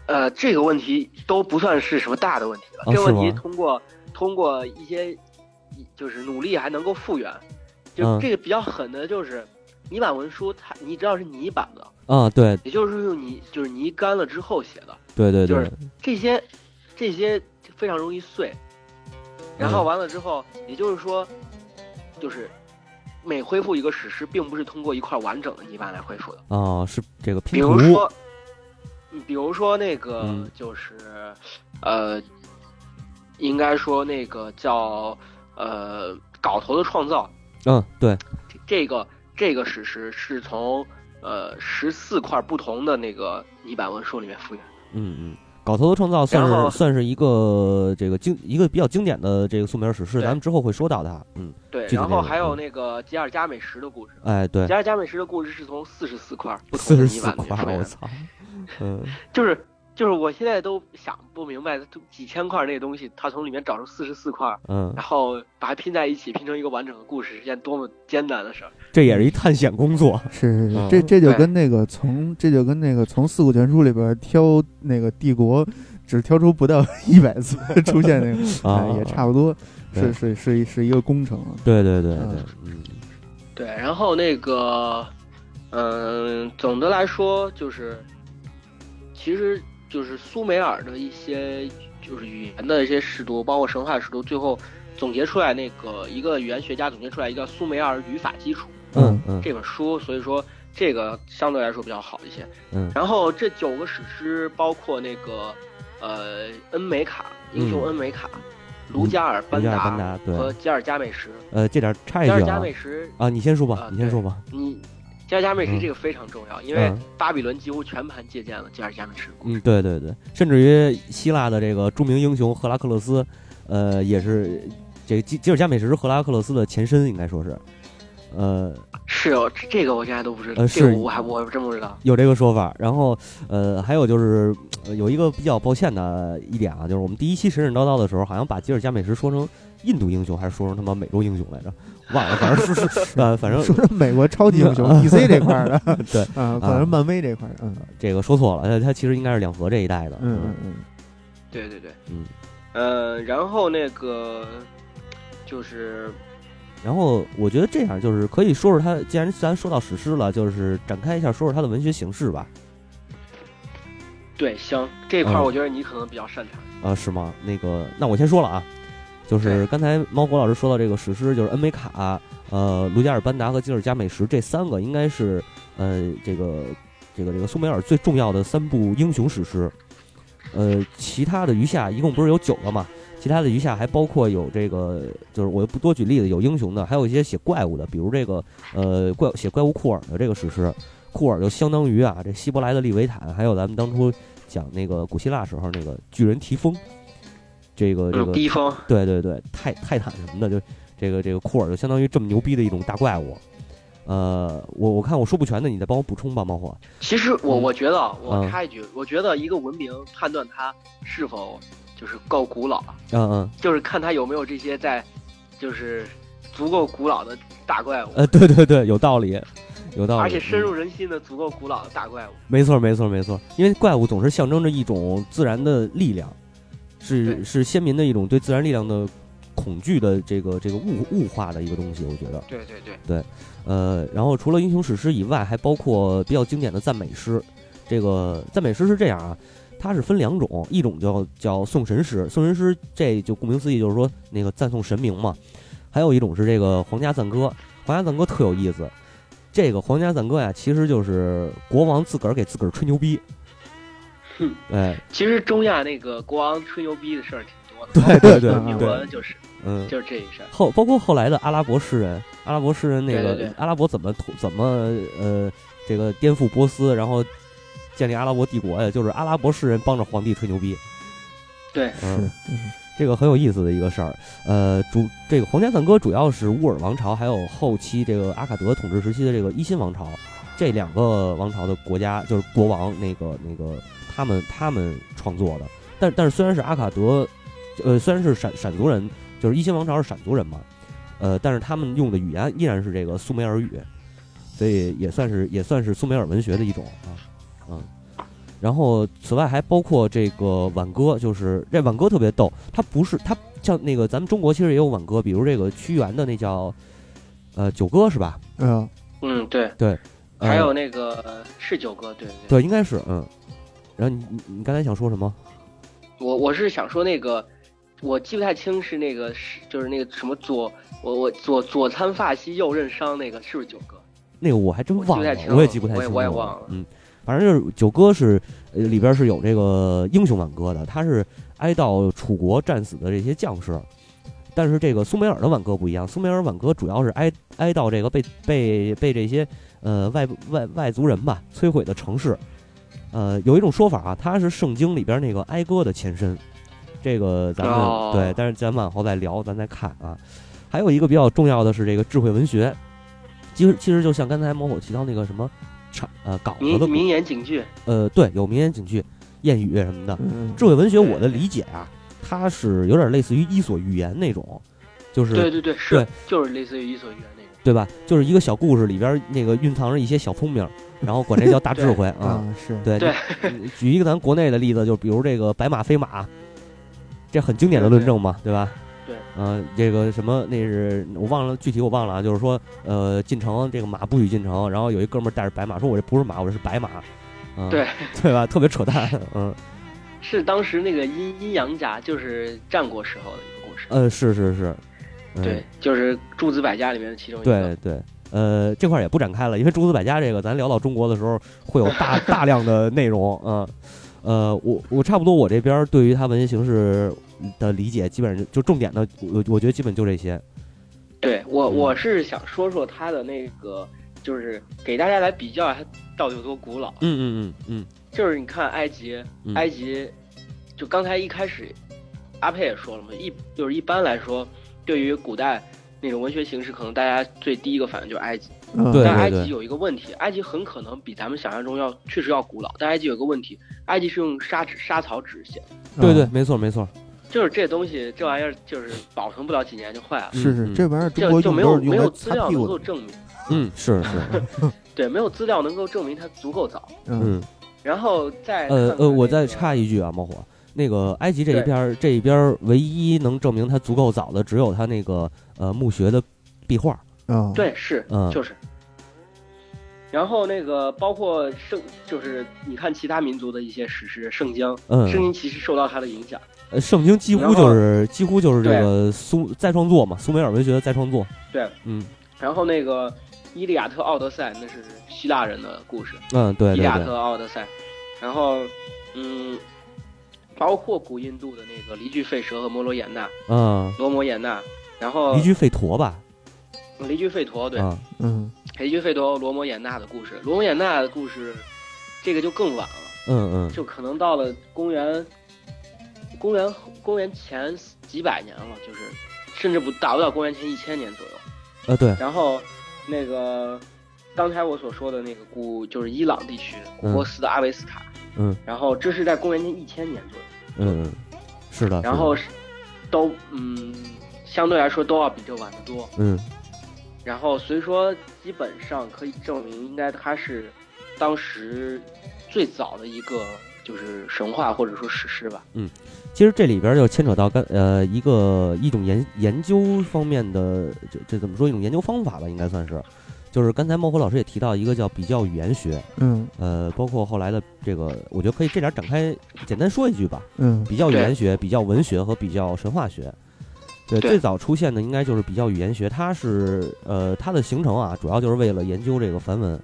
[SPEAKER 3] 呃，这个问题都不算是什么大的问题了。
[SPEAKER 2] 啊
[SPEAKER 3] 这个
[SPEAKER 2] 是
[SPEAKER 3] 问题
[SPEAKER 2] 吗
[SPEAKER 3] 通过通过一些就是努力还能够复原。就
[SPEAKER 2] 嗯
[SPEAKER 3] 这个比较狠的就是泥板文书，它你知道是泥板的，
[SPEAKER 2] 啊，对
[SPEAKER 3] 也就是用泥就是泥干了之后写的，
[SPEAKER 2] 对对
[SPEAKER 3] 就
[SPEAKER 2] 对
[SPEAKER 3] 是，这些这些非常容易碎。然后
[SPEAKER 2] 嗯
[SPEAKER 3] 完了之后，也就是说，就是每恢复一个史诗，并不是通过一块完整的泥板来恢复的。
[SPEAKER 2] 啊，是这个
[SPEAKER 3] 比
[SPEAKER 2] 拼图
[SPEAKER 3] 如，说，你比如说那个
[SPEAKER 2] 嗯
[SPEAKER 3] 就是，呃，应该说那个叫呃镐头的创造，
[SPEAKER 2] 嗯，对，
[SPEAKER 3] 这这个这个史诗是从呃十四块不同的那个泥板文书里面复原。
[SPEAKER 2] 嗯嗯。搞头的创造算
[SPEAKER 3] 然后
[SPEAKER 2] 是算是一个这个经一个比较经典的这个苏美尔史诗，
[SPEAKER 3] 对
[SPEAKER 2] 咱们之后会说到它。嗯，
[SPEAKER 3] 对，
[SPEAKER 2] 具体
[SPEAKER 3] 然
[SPEAKER 2] 内
[SPEAKER 3] 后
[SPEAKER 2] 容
[SPEAKER 3] 还有
[SPEAKER 2] 嗯
[SPEAKER 3] 那个吉尔加美什的故事。
[SPEAKER 2] 哎，对
[SPEAKER 3] 吉，尔加美什的故事是从四十四块不
[SPEAKER 2] 四
[SPEAKER 3] 同的
[SPEAKER 2] 十
[SPEAKER 3] 泥
[SPEAKER 2] 四
[SPEAKER 3] 板里面
[SPEAKER 2] 块
[SPEAKER 3] 复
[SPEAKER 2] 儿，
[SPEAKER 3] 原
[SPEAKER 2] 我
[SPEAKER 3] 的，
[SPEAKER 2] 操，嗯，
[SPEAKER 3] 就是就是我现在都想不明白，都几千块那东西，他从里面找出四十四块，
[SPEAKER 2] 嗯，
[SPEAKER 3] 然后把它拼在一起，拼成一个完整的故事，是件多么艰难的事儿。
[SPEAKER 2] 这也是一探险工作。
[SPEAKER 1] 是是是
[SPEAKER 2] 嗯，
[SPEAKER 1] 这这就
[SPEAKER 3] 对
[SPEAKER 1] 跟那个从这就跟那个从四库全书里边挑那个帝国，只挑出不到一百次 出现那个，
[SPEAKER 2] 啊
[SPEAKER 1] 哎也差不多，
[SPEAKER 2] 对
[SPEAKER 1] 是是是一是一个工程啊。
[SPEAKER 2] 对对对
[SPEAKER 1] 嗯
[SPEAKER 2] 对，嗯
[SPEAKER 3] 对，然后那个，嗯、总的来说就是，其实就是苏美尔的一些就是语言的一些试读，包括神话试读，最后总结出来那个一个语言学家总结出来一个苏美尔语法基础
[SPEAKER 2] 嗯嗯
[SPEAKER 3] 这本书，所以说这个相对来说比较好一些。
[SPEAKER 2] 嗯
[SPEAKER 3] 然后这九个史诗包括那个，呃，恩美卡英雄
[SPEAKER 2] 嗯
[SPEAKER 3] 恩美卡。卢加尔班
[SPEAKER 2] 卢加尔
[SPEAKER 3] 达
[SPEAKER 2] 班达对
[SPEAKER 3] 和吉尔加美什。
[SPEAKER 2] 呃，这点儿插一
[SPEAKER 3] 吉尔
[SPEAKER 2] 句
[SPEAKER 3] 加
[SPEAKER 2] 啊
[SPEAKER 3] 美什，
[SPEAKER 2] 啊，你先说吧
[SPEAKER 3] 啊，
[SPEAKER 2] 你先说吧。
[SPEAKER 3] 你加尔加美什
[SPEAKER 2] 嗯
[SPEAKER 3] 这个非常重要，因为
[SPEAKER 2] 嗯
[SPEAKER 3] 巴比伦几乎全盘借鉴了加尔加美什。
[SPEAKER 2] 嗯，对对对，甚至于希腊的这个著名英雄赫拉克勒斯，呃，也是这个吉吉尔加美什是赫拉克勒斯的前身，应该说是，呃，
[SPEAKER 3] 是哦，这这个我现在都不知道，
[SPEAKER 2] 呃
[SPEAKER 3] 这个
[SPEAKER 2] 是
[SPEAKER 3] 我还我真不知道。
[SPEAKER 2] 有这个说法。然后，呃，还有就是、呃有一个比较抱歉的一点啊，就是我们第一期神神叨叨的时候，好像把吉尔加美什说成印度英雄，还是说成他妈美洲英雄来着？忘了，反正是是是呃，反正嗯
[SPEAKER 1] 说说美国超级英雄 DC 这块儿 的
[SPEAKER 2] 对
[SPEAKER 1] 啊，可能漫威这块儿，嗯
[SPEAKER 2] 这个说错了，他他其实应该是两河这一带的。
[SPEAKER 1] 嗯嗯嗯，
[SPEAKER 3] 对对对，
[SPEAKER 2] 嗯，
[SPEAKER 3] 呃，然后那个就是
[SPEAKER 2] 然后我觉得这样就是可以说说他，既然咱说到史诗了，就是展开一下说说他的文学形式吧。
[SPEAKER 3] 对行这一块，
[SPEAKER 2] 嗯
[SPEAKER 3] 我觉得你可能比较擅长。
[SPEAKER 2] 啊，是吗？那个，那我先说了啊，就是
[SPEAKER 3] 对
[SPEAKER 2] 刚才猫火老师说到这个史诗，就是恩梅卡、呃，卢加尔班达和吉尔加美什这三个，应该是呃，这个这个这个苏美尔最重要的三部英雄史诗。呃，其他的余下一共不是有九个嘛？其他的余下还包括有这个，就是我不多举例子，有英雄的，还有一些写怪物的，比如这个呃怪写怪物库尔的这个史诗，库尔就相当于啊这希伯来的利维坦，还有咱们当初讲那个古希腊时候那个巨人提丰，这个这
[SPEAKER 3] 嗯，
[SPEAKER 2] 个
[SPEAKER 3] 第一方
[SPEAKER 2] 对对对，泰泰坦什么的，就这个这个库尔就相当于这么牛逼的一种大怪物。呃，我我看我说不全的，你再帮我补充吧，猫火。
[SPEAKER 3] 其实我
[SPEAKER 2] 嗯
[SPEAKER 3] 我觉得啊，我
[SPEAKER 2] 嗯
[SPEAKER 3] 插一句，我觉得一个文明判断它是否就是够古老，啊
[SPEAKER 2] 嗯嗯，
[SPEAKER 3] 就是看它有没有这些在，就是足够古老的大怪物，
[SPEAKER 2] 呃，对对对，有道理，有道理。
[SPEAKER 3] 而且深
[SPEAKER 2] 嗯
[SPEAKER 3] 入人心的足够古老的大怪物。
[SPEAKER 2] 没错，没错，没错，因为怪物总是象征着一种自然的力量，是
[SPEAKER 3] 对
[SPEAKER 2] 是先民的一种对自然力量的恐惧的这个这个物物化的一个东西，我觉得。
[SPEAKER 3] 对对对，
[SPEAKER 2] 呃，然后除了英雄史诗以外，还包括比较经典的赞美诗。这个赞美诗是这样啊，它是分两种，一种叫叫送神诗，送神诗这就顾名思义就是说那个赞颂神明嘛，还有一种是这个皇家赞歌，皇家赞歌特有意思。这个皇家赞歌呀，其实就是国王自个儿给自个儿吹牛逼
[SPEAKER 3] 哼。
[SPEAKER 2] 哎，
[SPEAKER 3] 其实中亚那个国王吹牛逼的事儿挺多的，
[SPEAKER 2] 对对对
[SPEAKER 3] 英
[SPEAKER 1] 对
[SPEAKER 3] 国就是
[SPEAKER 2] 嗯，
[SPEAKER 3] 就是这一事儿。
[SPEAKER 2] 后包括后来的阿拉伯诗人，阿拉伯诗人那个
[SPEAKER 3] 对对对
[SPEAKER 2] 阿拉伯怎么统怎么呃这个颠覆波斯，然后建立阿拉伯帝国呀，就是阿拉伯诗人帮着皇帝吹牛逼，
[SPEAKER 3] 对，
[SPEAKER 2] 嗯，
[SPEAKER 1] 是
[SPEAKER 2] 这个很有意思的一个事儿。呃，主这个皇家赞歌主要是乌尔王朝，还有后期这个阿卡德统治时期的这个一心王朝，这两个王朝的国家就是国王那个那个他们他们创作的。但但是虽然是阿卡德，呃，虽然是闪闪族人，就是一心王朝是闪族人嘛，呃，但是他们用的语言依然是这个苏美尔语，所以也算是也算是苏美尔文学的一种啊，嗯。然后，此外还包括这个挽歌，就是这挽歌特别逗，它不是它像那个咱们中国其实也有挽歌，比如这个屈原的那叫呃九歌是吧？
[SPEAKER 1] 嗯，
[SPEAKER 3] 嗯对，
[SPEAKER 2] 呃
[SPEAKER 3] 还有那个是九哥，对对对。
[SPEAKER 2] 对，应该是嗯。然后你你你刚才想说什么？
[SPEAKER 3] 我我是想说那个，我记不太清是那个是就是那个什么左我我左左参发西右任伤那个是不是九哥？
[SPEAKER 2] 那个我还真
[SPEAKER 3] 我记不
[SPEAKER 2] 忘
[SPEAKER 3] 太
[SPEAKER 2] 了
[SPEAKER 3] 清，
[SPEAKER 2] 我也
[SPEAKER 3] 了
[SPEAKER 2] 记不太
[SPEAKER 3] 我也
[SPEAKER 2] 清
[SPEAKER 3] 我也忘了
[SPEAKER 2] 嗯，反正就是九歌是呃里边是有这个英雄挽歌的，它是哀悼楚国战死的这些将士。但是这个苏美尔的挽歌不一样，苏美尔挽歌主要是哀哀悼这个被被被这些呃外外外族人吧摧毁的城市。呃，有一种说法啊，它是圣经里边那个哀歌的前身。这个咱们、
[SPEAKER 3] 哦
[SPEAKER 2] 对，但是咱往后再聊，咱再看啊。还有一个比较重要的是这个智慧文学，其实其实就像刚才猫火提到那个什么，场呃稿子
[SPEAKER 3] 名
[SPEAKER 2] 的故
[SPEAKER 3] 名言警句，
[SPEAKER 2] 呃对，有名言警句、谚语什么的。
[SPEAKER 1] 嗯
[SPEAKER 2] 智慧文学我的理解啊，它是有点类似于《伊索寓言》那种，就是
[SPEAKER 3] 对对对，是
[SPEAKER 2] 对
[SPEAKER 3] 就是类似于伊索寓言那种。
[SPEAKER 2] 对吧？就是一个小故事里边那个蕴藏着一些小聪明，然后管这叫大智慧啊。
[SPEAKER 1] 啊是，
[SPEAKER 2] 对
[SPEAKER 3] 对
[SPEAKER 2] 你举一 个咱国内的例子，就比如这个白马非马，这很经典的论证嘛，对吧？
[SPEAKER 3] 对，
[SPEAKER 2] 嗯、这个什么那是我忘了具体我忘了啊，就是说呃进城这个马不许进城，然后有一哥们儿带着白马说我这不是马，我这是白马，嗯、
[SPEAKER 3] 对
[SPEAKER 2] 对吧？特别扯淡，嗯
[SPEAKER 3] 是当时那个阴阴阳家，就是战国时候的一个故事。
[SPEAKER 2] 呃是是是，嗯、
[SPEAKER 3] 对，就是诸子百家里面的其中一
[SPEAKER 2] 对
[SPEAKER 3] 个。
[SPEAKER 2] 对，呃，这块儿也不展开了，因为诸子百家这个，咱聊到中国的时候会有 大大量的内容，嗯、呃，我我差不多我这边儿对于它文学形式的理解，基本上就重点的，我我觉得基本就这些。
[SPEAKER 3] 对我
[SPEAKER 2] 嗯
[SPEAKER 3] 我是想说说他的那个就是给大家来比较它到底有多古老。
[SPEAKER 2] 嗯嗯嗯
[SPEAKER 3] 就是你看埃及，
[SPEAKER 2] 嗯，
[SPEAKER 3] 埃及，就刚才一开始，阿佩也说了嘛，一就是一般来说，对于古代那种文学形式，可能大家最第一个反应就是埃及。
[SPEAKER 1] 嗯
[SPEAKER 2] 对
[SPEAKER 3] 但埃及有一个问题，埃及很可能比咱们想象中要确实要古老，但埃及有个问题，埃及是用沙纸、沙草纸写的，
[SPEAKER 2] 对
[SPEAKER 1] 嗯
[SPEAKER 2] 对，没错没错，
[SPEAKER 3] 就是这东西这玩意儿就是保存不了几年就坏了，
[SPEAKER 1] 是是，
[SPEAKER 2] 嗯
[SPEAKER 1] 这玩意儿中
[SPEAKER 3] 这
[SPEAKER 1] 国
[SPEAKER 3] 就
[SPEAKER 1] 用
[SPEAKER 3] 没
[SPEAKER 1] 都
[SPEAKER 3] 有
[SPEAKER 1] 是
[SPEAKER 3] 没
[SPEAKER 1] 用
[SPEAKER 3] 有
[SPEAKER 1] 来
[SPEAKER 3] 资
[SPEAKER 1] 擦
[SPEAKER 3] 料
[SPEAKER 1] 屁
[SPEAKER 3] 能
[SPEAKER 1] 股
[SPEAKER 3] 够
[SPEAKER 1] 的。
[SPEAKER 3] 证明，
[SPEAKER 2] 嗯是是，
[SPEAKER 3] 对，没有资料能够证明它足够早。
[SPEAKER 1] 嗯，
[SPEAKER 2] 嗯
[SPEAKER 3] 然后再看
[SPEAKER 2] 呃
[SPEAKER 3] 看
[SPEAKER 2] 呃，我
[SPEAKER 3] 那
[SPEAKER 2] 再
[SPEAKER 3] 个
[SPEAKER 2] 插一句啊，猫火，那个埃及这一边儿这一边儿唯一能证明它足够早的，只有它那个呃墓穴的壁画，
[SPEAKER 1] 啊，
[SPEAKER 3] 对，是，
[SPEAKER 2] 嗯
[SPEAKER 3] 就是。然后那个包括圣，就是你看其他民族的一些史诗，圣经，圣
[SPEAKER 2] 嗯，
[SPEAKER 3] 经其实受到它的影响。
[SPEAKER 2] 呃圣经几乎就是几乎就是这个苏再创作嘛，苏美尔文学的再创作，
[SPEAKER 3] 对，
[SPEAKER 2] 嗯
[SPEAKER 3] 然后那个《伊利亚特》《奥德赛》那是希腊人的故事，
[SPEAKER 2] 嗯对
[SPEAKER 3] 伊利
[SPEAKER 2] 对
[SPEAKER 3] 亚特》《
[SPEAKER 2] 对，
[SPEAKER 3] 奥德赛》，然后嗯，包括古印度的那个离居吠舍和摩罗衍那、
[SPEAKER 2] 嗯，
[SPEAKER 3] 罗摩衍那，然后
[SPEAKER 2] 离居费陀吧，
[SPEAKER 3] 离居吠呃陀，对，
[SPEAKER 2] 啊
[SPEAKER 1] 嗯
[SPEAKER 3] 离居吠陀、罗摩衍那的故事，罗摩衍那的故事，这个就更晚了。
[SPEAKER 2] 嗯嗯
[SPEAKER 3] 就可能到了公元，公元公元前几百年了，就是甚至不达不到公元前一千年左右。
[SPEAKER 2] 呃对，
[SPEAKER 3] 然后那个刚才我所说的那个古就是伊朗地区古波斯的阿维斯塔，
[SPEAKER 2] 嗯，
[SPEAKER 3] 然后这是在公元前一千年左右，
[SPEAKER 2] 嗯嗯，是的，
[SPEAKER 3] 然后是都嗯相对来说都要比这晚得多。
[SPEAKER 2] 嗯
[SPEAKER 3] 然后所以说基本上可以证明，应该它是当时最早的一个就是神话或者说史诗吧。
[SPEAKER 2] 其实这里边儿就牵扯到跟呃一个一种研研究方面的这这怎么说一种研究方法吧，应该算是，就是刚才猫火老师也提到一个叫比较语言学，
[SPEAKER 1] 嗯
[SPEAKER 2] 呃，包括后来的这个，我觉得可以这点儿展开简单说一句吧，
[SPEAKER 1] 嗯
[SPEAKER 2] 比较语
[SPEAKER 3] 对
[SPEAKER 2] 言学、比较文学和比较神话学。对，
[SPEAKER 3] 对
[SPEAKER 2] 最早出现的应该就是比较语言学，它是呃它的形成啊，主要就是为了研究这个梵文。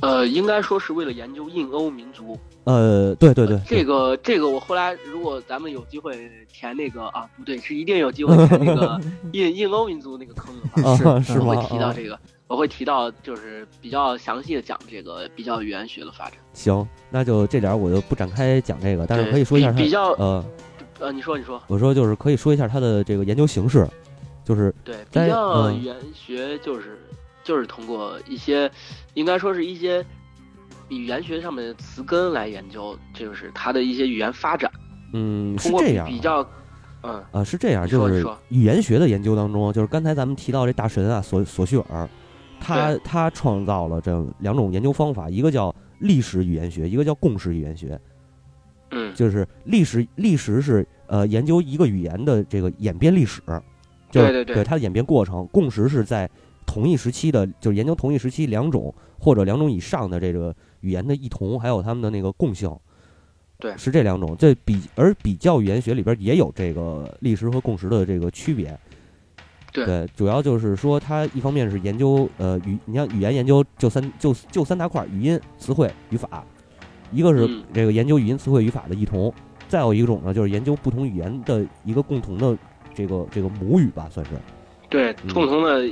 [SPEAKER 3] 呃，应该说是为了研究印欧民族。
[SPEAKER 2] 呃，对对对，
[SPEAKER 3] 这个这个，我后来如果咱们有机会填那个啊，不对，是一定有机会填 那个印印欧民族那个坑的话，
[SPEAKER 2] 啊
[SPEAKER 1] 是
[SPEAKER 2] 是
[SPEAKER 3] 我
[SPEAKER 2] 吗？
[SPEAKER 3] 会提到
[SPEAKER 2] 啊
[SPEAKER 3] 这个，我会提到就是比较详细的讲这个比较语言学的发展。
[SPEAKER 2] 行，那就这点儿我就不展开讲这个，但是
[SPEAKER 3] 对
[SPEAKER 2] 可以说一下
[SPEAKER 3] 比
[SPEAKER 2] 它
[SPEAKER 3] 比较
[SPEAKER 2] 呃。
[SPEAKER 3] 呃，你说你说，
[SPEAKER 2] 我说就是可以说一下它的这个研究形式，就是
[SPEAKER 3] 对，比
[SPEAKER 2] 但
[SPEAKER 3] 较
[SPEAKER 2] 嗯
[SPEAKER 3] 语言学就是就是通过一些，应该说是一些语言学上面的词根来研究，就是它的一些语言发展，
[SPEAKER 2] 嗯是
[SPEAKER 3] 通过
[SPEAKER 2] 这
[SPEAKER 3] 比
[SPEAKER 2] 样
[SPEAKER 3] 比较，嗯，
[SPEAKER 2] 啊是这样，
[SPEAKER 3] 你
[SPEAKER 2] 就
[SPEAKER 3] 说你
[SPEAKER 2] 是
[SPEAKER 3] 说
[SPEAKER 2] 语言学的研究当中，就是刚才咱们提到这大神啊索索绪尔，他他创造了这两种研究方法，一个叫历史语言学，一个叫共识语言学，
[SPEAKER 3] 嗯，
[SPEAKER 2] 就是历史历史是呃研究一个语言的这个演变历史，就是
[SPEAKER 3] 对对对
[SPEAKER 2] 它的演变过程，共识是在同一时期的，就是研究同一时期两种或者两种以上的这个语言的异同，还有它们的那个共性。
[SPEAKER 3] 对
[SPEAKER 2] 是这两种。这比而比较语言学里边也有这个历史和共识的这个区别。
[SPEAKER 3] 对
[SPEAKER 2] 主要就是说，它一方面是研究呃语，你像语言研究就三就就三大块儿：语音、词汇、语法。一个是
[SPEAKER 3] 嗯
[SPEAKER 2] 这个研究语音、词汇、语法的异同，再有一种呢，就是研究不同语言的一个共同的这个这个母语吧，算是。
[SPEAKER 3] 对，
[SPEAKER 2] 嗯
[SPEAKER 3] 共同的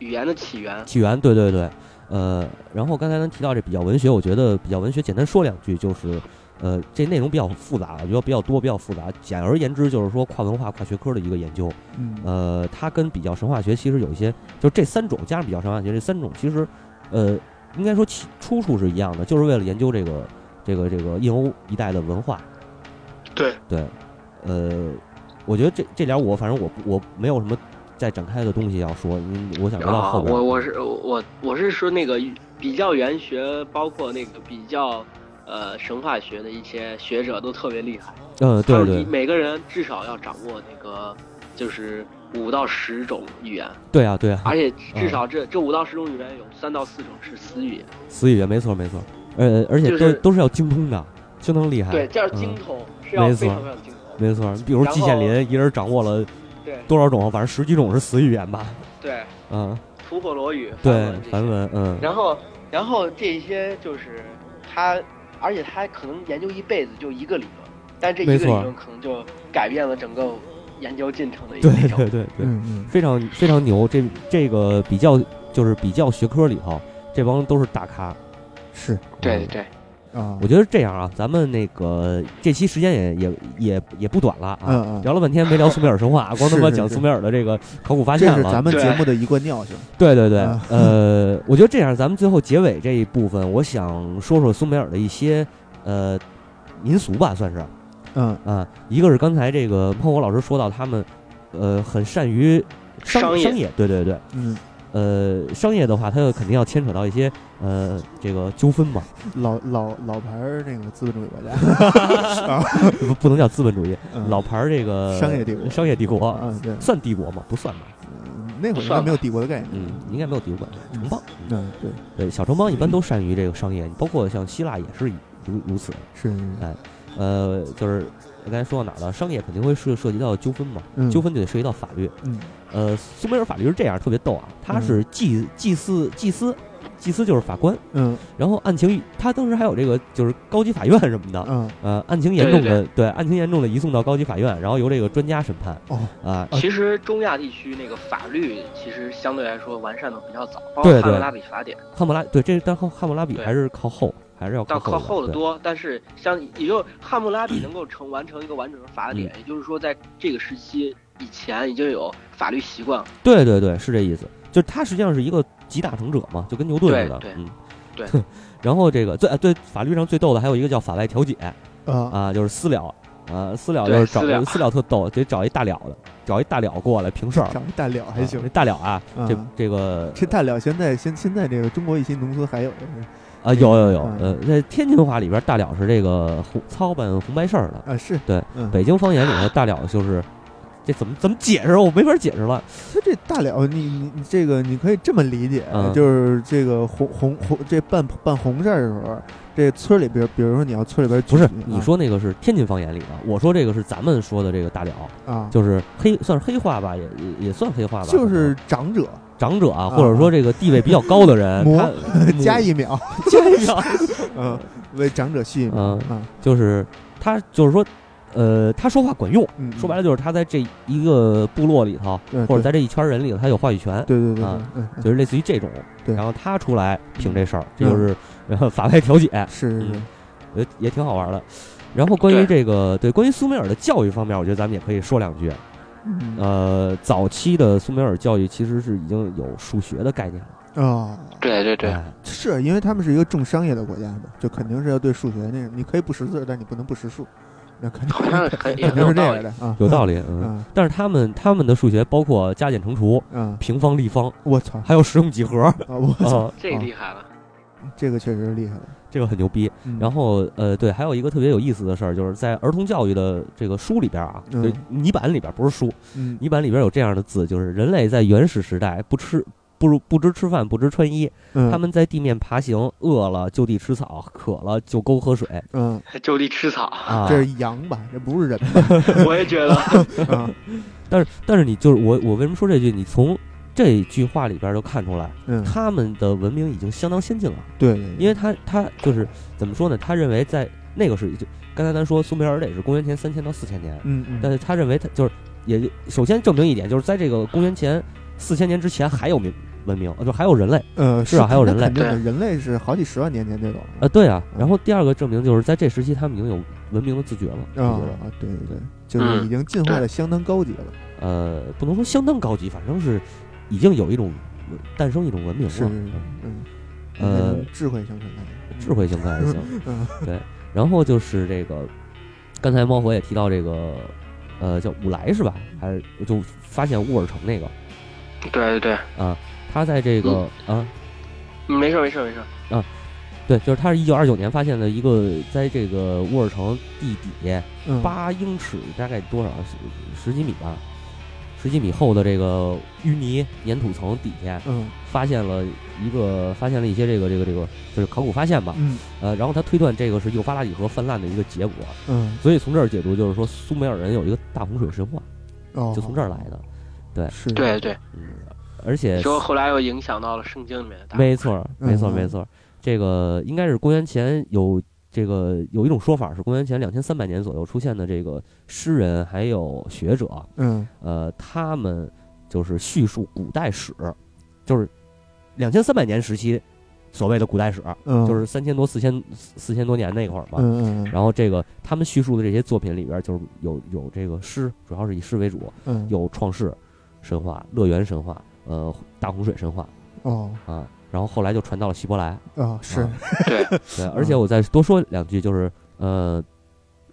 [SPEAKER 3] 语言的起源，
[SPEAKER 2] 起源，对对对，呃，然后刚才咱提到这比较文学，我觉得比较文学简单说两句，就是，呃，这内容比较复杂，我觉得比较多，比较复杂。简而言之，就是说跨文化、跨学科的一个研究。
[SPEAKER 1] 嗯
[SPEAKER 2] 呃，它跟比较神话学其实有一些，就这三种加上比较神话学这三种，其实，呃，应该说起出处是一样的，就是为了研究这个这个这个印欧一带的文化。
[SPEAKER 3] 对
[SPEAKER 2] 对，呃，我觉得这这点儿我反正我不我没有什么再展开的东西要说，因为我想知道
[SPEAKER 3] 啊，
[SPEAKER 2] 后边儿。
[SPEAKER 3] 我我是我我是说那个比较原学，包括那个比较呃神话学的一些学者都特别厉害，
[SPEAKER 2] 嗯，
[SPEAKER 3] 他
[SPEAKER 2] 对
[SPEAKER 3] 们
[SPEAKER 2] 对
[SPEAKER 3] 一每个人至少要掌握那个就是五到十种语言，
[SPEAKER 2] 对啊对啊，
[SPEAKER 3] 而且至少这、这五到十种语言有三到四种是私语言，
[SPEAKER 2] 词语没错没错，呃，而且都、
[SPEAKER 3] 就是
[SPEAKER 2] 都是要精通的，相当厉害。
[SPEAKER 3] 对，这要
[SPEAKER 2] 嗯
[SPEAKER 3] 精通、是要
[SPEAKER 2] 没
[SPEAKER 3] 非
[SPEAKER 2] 错
[SPEAKER 3] 常非常精通，
[SPEAKER 2] 没错，比如
[SPEAKER 3] 然后
[SPEAKER 2] 季羡林一人掌握了
[SPEAKER 3] 对
[SPEAKER 2] 多少种，反正十几种是词语言 吧。
[SPEAKER 3] 对，
[SPEAKER 2] 嗯，
[SPEAKER 3] 吐火罗语，
[SPEAKER 2] 对，
[SPEAKER 3] 梵
[SPEAKER 2] 梵
[SPEAKER 3] 文这些
[SPEAKER 2] 文，嗯，
[SPEAKER 3] 然后，然后这些就是他，而且他可能研究一辈子就一个理论，但这一个
[SPEAKER 2] 没
[SPEAKER 3] 理
[SPEAKER 2] 错
[SPEAKER 3] 论可能就改变了整个研究进程的一个
[SPEAKER 2] 嗯对
[SPEAKER 3] 历
[SPEAKER 2] 对
[SPEAKER 3] 程。
[SPEAKER 2] 对对，
[SPEAKER 1] 嗯
[SPEAKER 2] 非常非常牛。这这个比较就是比较学科里头，这帮都是大咖。
[SPEAKER 1] 嗯
[SPEAKER 2] 嗯
[SPEAKER 1] 是
[SPEAKER 3] 对对，
[SPEAKER 1] 啊，
[SPEAKER 2] 我觉得这样啊，咱们那个这期时间也也也也不短了啊，
[SPEAKER 1] 嗯嗯，
[SPEAKER 2] 聊了半天没聊苏美尔 神话，光他妈
[SPEAKER 1] 是是
[SPEAKER 2] 讲
[SPEAKER 1] 是
[SPEAKER 2] 苏美尔的这个考古发现
[SPEAKER 1] 这
[SPEAKER 2] 了。
[SPEAKER 1] 是咱们
[SPEAKER 3] 对
[SPEAKER 1] 节目的一贯尿性。
[SPEAKER 2] 对对对
[SPEAKER 1] 啊，
[SPEAKER 2] 呃，我觉得这样，咱们最后结尾这一部分，我想说说苏美尔的一些呃民俗吧，算是啊、
[SPEAKER 1] 嗯，
[SPEAKER 2] 一个是刚才这个孟火老师说到他们，呃，很善于商
[SPEAKER 3] 商业
[SPEAKER 2] 业，对对对，
[SPEAKER 1] 嗯，
[SPEAKER 2] 呃，商业的话，它就肯定要牵扯到一些呃这个纠纷嘛，
[SPEAKER 1] 老老老牌儿那个资本主义国家，啊
[SPEAKER 2] 不不能叫资本主义，
[SPEAKER 1] 嗯
[SPEAKER 2] 老牌儿这个
[SPEAKER 1] 商业帝国
[SPEAKER 2] 商业帝国、
[SPEAKER 1] 啊，对，
[SPEAKER 2] 算帝国吗？不算吧，
[SPEAKER 1] 嗯那会儿应该没有帝国的概念。
[SPEAKER 2] 嗯，应该没有帝国管城邦。嗯
[SPEAKER 1] 嗯，对，
[SPEAKER 2] 对，小城邦一般都善于这个商业，包括像希腊也是如如此。
[SPEAKER 1] 是，
[SPEAKER 2] 呃，就是刚才说到哪儿了？商业肯定会涉涉及到纠纷嘛，
[SPEAKER 1] 嗯
[SPEAKER 2] 纠纷就得涉及到法律。
[SPEAKER 1] 嗯
[SPEAKER 2] 呃，苏美尔法律是这样，特别逗啊，他是祭祭司祭司祭司就是法官，
[SPEAKER 1] 嗯
[SPEAKER 2] 然后案情他当时还有这个就是高级法院什么的，
[SPEAKER 1] 嗯，
[SPEAKER 2] 呃，案情严重的对案情严重的移送到高级法院，然后由这个专家审判
[SPEAKER 1] 哦，
[SPEAKER 2] 啊。
[SPEAKER 3] 其实中亚地区那个法律其实相对来说完善的比较早，包
[SPEAKER 2] 对对
[SPEAKER 3] 括汉谟拉比法典，
[SPEAKER 2] 汉谟拉对，这但汉汉谟拉比
[SPEAKER 3] 对
[SPEAKER 2] 还是靠后，还是要
[SPEAKER 3] 到
[SPEAKER 2] 后
[SPEAKER 3] 靠后的
[SPEAKER 2] 对
[SPEAKER 3] 多。但是像也就汉谟拉比能够成完成一个完整的法
[SPEAKER 2] 嗯
[SPEAKER 3] 典，也就是说在这个时期以前已经有法律习惯了。
[SPEAKER 2] 对对对，是这意思。就是他实际上是一个集大成者嘛，就跟牛顿似的。
[SPEAKER 3] 对对
[SPEAKER 2] 嗯，
[SPEAKER 3] 对。
[SPEAKER 2] 然后这个最啊对法律上最逗的还有一个叫法外调解
[SPEAKER 1] 啊，
[SPEAKER 2] 啊，就是私了啊，私了
[SPEAKER 3] 对
[SPEAKER 2] 就是找
[SPEAKER 3] 私了
[SPEAKER 2] 私了特逗，得找一大了的，找一大了过来平事儿。
[SPEAKER 1] 长一大了 还行
[SPEAKER 2] 啊这。大了啊，这
[SPEAKER 1] 啊
[SPEAKER 2] 这个
[SPEAKER 1] 这大了现在现现在这个中国一些农村还有，
[SPEAKER 2] 啊有有有
[SPEAKER 1] 嗯
[SPEAKER 2] 呃，在天津话里边大了是这个红操办红白事儿的，
[SPEAKER 1] 啊是，
[SPEAKER 2] 对
[SPEAKER 1] 嗯，
[SPEAKER 2] 北京方言里头大了就是这怎么怎么解释我没法解释了。
[SPEAKER 1] 他这大了，你你你这个你可以这么理解，
[SPEAKER 2] 嗯
[SPEAKER 1] 就是这个红红红这办办红事儿的时候，这村里边，比如说你要村里边
[SPEAKER 2] 不是
[SPEAKER 1] 举啊行
[SPEAKER 2] 你说那个是天津方言里的，我说这个是咱们说的这个大了。
[SPEAKER 1] 啊，
[SPEAKER 2] 就是黑算是黑化吧，也也也算黑化吧，
[SPEAKER 1] 就
[SPEAKER 2] 可
[SPEAKER 1] 是
[SPEAKER 2] 能
[SPEAKER 1] 长 者
[SPEAKER 2] 长者啊，
[SPEAKER 1] 啊
[SPEAKER 2] 或者说这个地位比较高的人，
[SPEAKER 1] 魔
[SPEAKER 2] 他
[SPEAKER 1] 加一秒，
[SPEAKER 2] 加一秒，
[SPEAKER 1] 嗯，为长者续一秒
[SPEAKER 2] 嗯
[SPEAKER 1] 啊，
[SPEAKER 2] 就是他就是说，呃，他说话管用，
[SPEAKER 1] 嗯，
[SPEAKER 2] 说
[SPEAKER 1] 了，
[SPEAKER 2] 白了就是他在这一个部落里头，
[SPEAKER 1] 对
[SPEAKER 2] 或者在这一圈人里头，他有话语权，
[SPEAKER 1] 对对对对
[SPEAKER 2] 啊，
[SPEAKER 1] 嗯嗯
[SPEAKER 2] 就是类似于这种。
[SPEAKER 1] 对
[SPEAKER 2] 然后他出来评这事儿，这
[SPEAKER 1] 嗯
[SPEAKER 2] 就是呃法外调解，
[SPEAKER 1] 是是是
[SPEAKER 2] 嗯，也也挺好玩的。然后关于
[SPEAKER 3] 对
[SPEAKER 2] 这个对关于苏美尔的教育方面，我觉得咱们也可以说两句。
[SPEAKER 1] 嗯
[SPEAKER 2] 呃，早期的苏美尔教育其实是已经有数学的概念了，
[SPEAKER 1] 啊，
[SPEAKER 3] 对 对
[SPEAKER 2] 哎
[SPEAKER 1] 是因为他们是一个重商业的国家嘛，就肯定是要对数学那种，你可以不识字，但你不能不识数，那肯定
[SPEAKER 3] 好像很 也
[SPEAKER 1] 肯
[SPEAKER 3] 很
[SPEAKER 1] 定
[SPEAKER 3] 有
[SPEAKER 1] 是这
[SPEAKER 3] 道
[SPEAKER 1] 样
[SPEAKER 3] 理。
[SPEAKER 1] 的啊，
[SPEAKER 2] 有道理，嗯。
[SPEAKER 1] 啊
[SPEAKER 2] 但是他们他们的数学包括加减乘除、
[SPEAKER 1] 啊，
[SPEAKER 2] 平方、立方，
[SPEAKER 1] 我操
[SPEAKER 2] 还有实用 几何啊、
[SPEAKER 1] 啊，我操，
[SPEAKER 3] 这个厉害了，
[SPEAKER 1] 这个确实是厉害了。
[SPEAKER 2] 这个很牛逼。
[SPEAKER 1] 嗯
[SPEAKER 2] 然后呃，对，还有一个特别有意思的事儿，就是在儿童教育的这个书里边啊，
[SPEAKER 1] 嗯
[SPEAKER 2] 对，泥板里边不是书，
[SPEAKER 1] 嗯
[SPEAKER 2] 泥板里边有这样的字，就是人类在原始时代不吃。不如不知吃饭，不知穿衣。
[SPEAKER 1] 嗯
[SPEAKER 2] 他们在地面爬行，饿了就地吃草，渴了就沟喝水
[SPEAKER 1] 嗯，
[SPEAKER 3] 就地吃草，
[SPEAKER 2] 啊。
[SPEAKER 1] 这是羊吧？这不是人啊
[SPEAKER 3] 我也觉得。
[SPEAKER 1] 吧？
[SPEAKER 2] 但是但是你就是我，我为什么说这句？你从这句话里边就看出来，
[SPEAKER 1] 嗯，
[SPEAKER 2] 他们的文明已经相当先进了。
[SPEAKER 1] 对，对
[SPEAKER 2] 因为他他就是怎么说呢？他认为在那个时期，就刚才咱说苏美尔得是公元前三千到四千年，
[SPEAKER 1] 嗯嗯，
[SPEAKER 2] 但是他认为他就是也就首先证明一点，就是在这个公元前四千年之前还有民文明，呃，就还有人类，
[SPEAKER 1] 呃，
[SPEAKER 2] 至少还有
[SPEAKER 1] 那
[SPEAKER 2] 人类
[SPEAKER 1] 肯定的，人类是好几十万年前这种
[SPEAKER 2] 呃，对啊。然后第二个证明就是在这时期他们已经有文明的自觉了，我
[SPEAKER 1] 啊
[SPEAKER 2] 觉得，
[SPEAKER 1] 啊，对对对，就是
[SPEAKER 3] 嗯
[SPEAKER 1] 已经进化的相当高级了，
[SPEAKER 2] 呃，不能说相当高级，反正是已经有一种文诞生一种文明
[SPEAKER 1] 是，
[SPEAKER 2] 了，嗯
[SPEAKER 1] 嗯，
[SPEAKER 2] 呃，
[SPEAKER 1] 智慧生成的，
[SPEAKER 2] 智慧型可还行。
[SPEAKER 1] 嗯，
[SPEAKER 2] 对，然后就是这个，刚才猫火也提到这个，呃，叫五来是吧？还是就发现沃尔城那个，啊
[SPEAKER 3] 对对对，
[SPEAKER 2] 他在这个、啊，
[SPEAKER 3] 嗯没事儿没事儿没事儿。
[SPEAKER 2] 对，就是他是一九二九年发现的一个，在这个沃尔城地底
[SPEAKER 1] 嗯，
[SPEAKER 2] 八英尺，大概多少十十几米吧，十几米厚的这个淤泥粘土层底下，
[SPEAKER 1] 嗯
[SPEAKER 2] 发现了一个发现了一些这个这个这个就是考古发现吧，
[SPEAKER 1] 嗯
[SPEAKER 2] 呃，然后他推断这个是幼发拉底河泛滥的一个结果，
[SPEAKER 1] 嗯，
[SPEAKER 2] 所以从这儿解读就是说苏美尔人有一个大洪水神话。
[SPEAKER 1] 哦，
[SPEAKER 2] 就从这儿来的。
[SPEAKER 1] 是，
[SPEAKER 3] 对对，
[SPEAKER 2] 嗯，而且
[SPEAKER 3] 说后来又影响到了圣经里面的大。
[SPEAKER 2] 没错儿，
[SPEAKER 1] 嗯
[SPEAKER 2] 没错儿，
[SPEAKER 1] 嗯
[SPEAKER 2] 没错儿，这个应该是公元前有这个有一种说法是公元前两千三百年左右出现的这个诗人还有学者，
[SPEAKER 1] 嗯
[SPEAKER 2] 呃，他们就是叙述古代史，就是两千三百年时期，所谓的古代史，
[SPEAKER 1] 嗯，
[SPEAKER 2] 就是三千多、四千四千多年那会儿嘛。
[SPEAKER 1] 嗯嗯嗯
[SPEAKER 2] 然后这个他们叙述的这些作品里边，就是有有这个诗，主要是以诗为主，
[SPEAKER 1] 嗯，
[SPEAKER 2] 有创世神话、乐园神话、呃大洪水神话
[SPEAKER 1] 哦
[SPEAKER 2] 啊。然后后来就传到了希伯来，
[SPEAKER 1] 啊是
[SPEAKER 2] 啊，
[SPEAKER 3] 对，
[SPEAKER 1] 嗯
[SPEAKER 2] 对，而且我再多说两句，就是呃，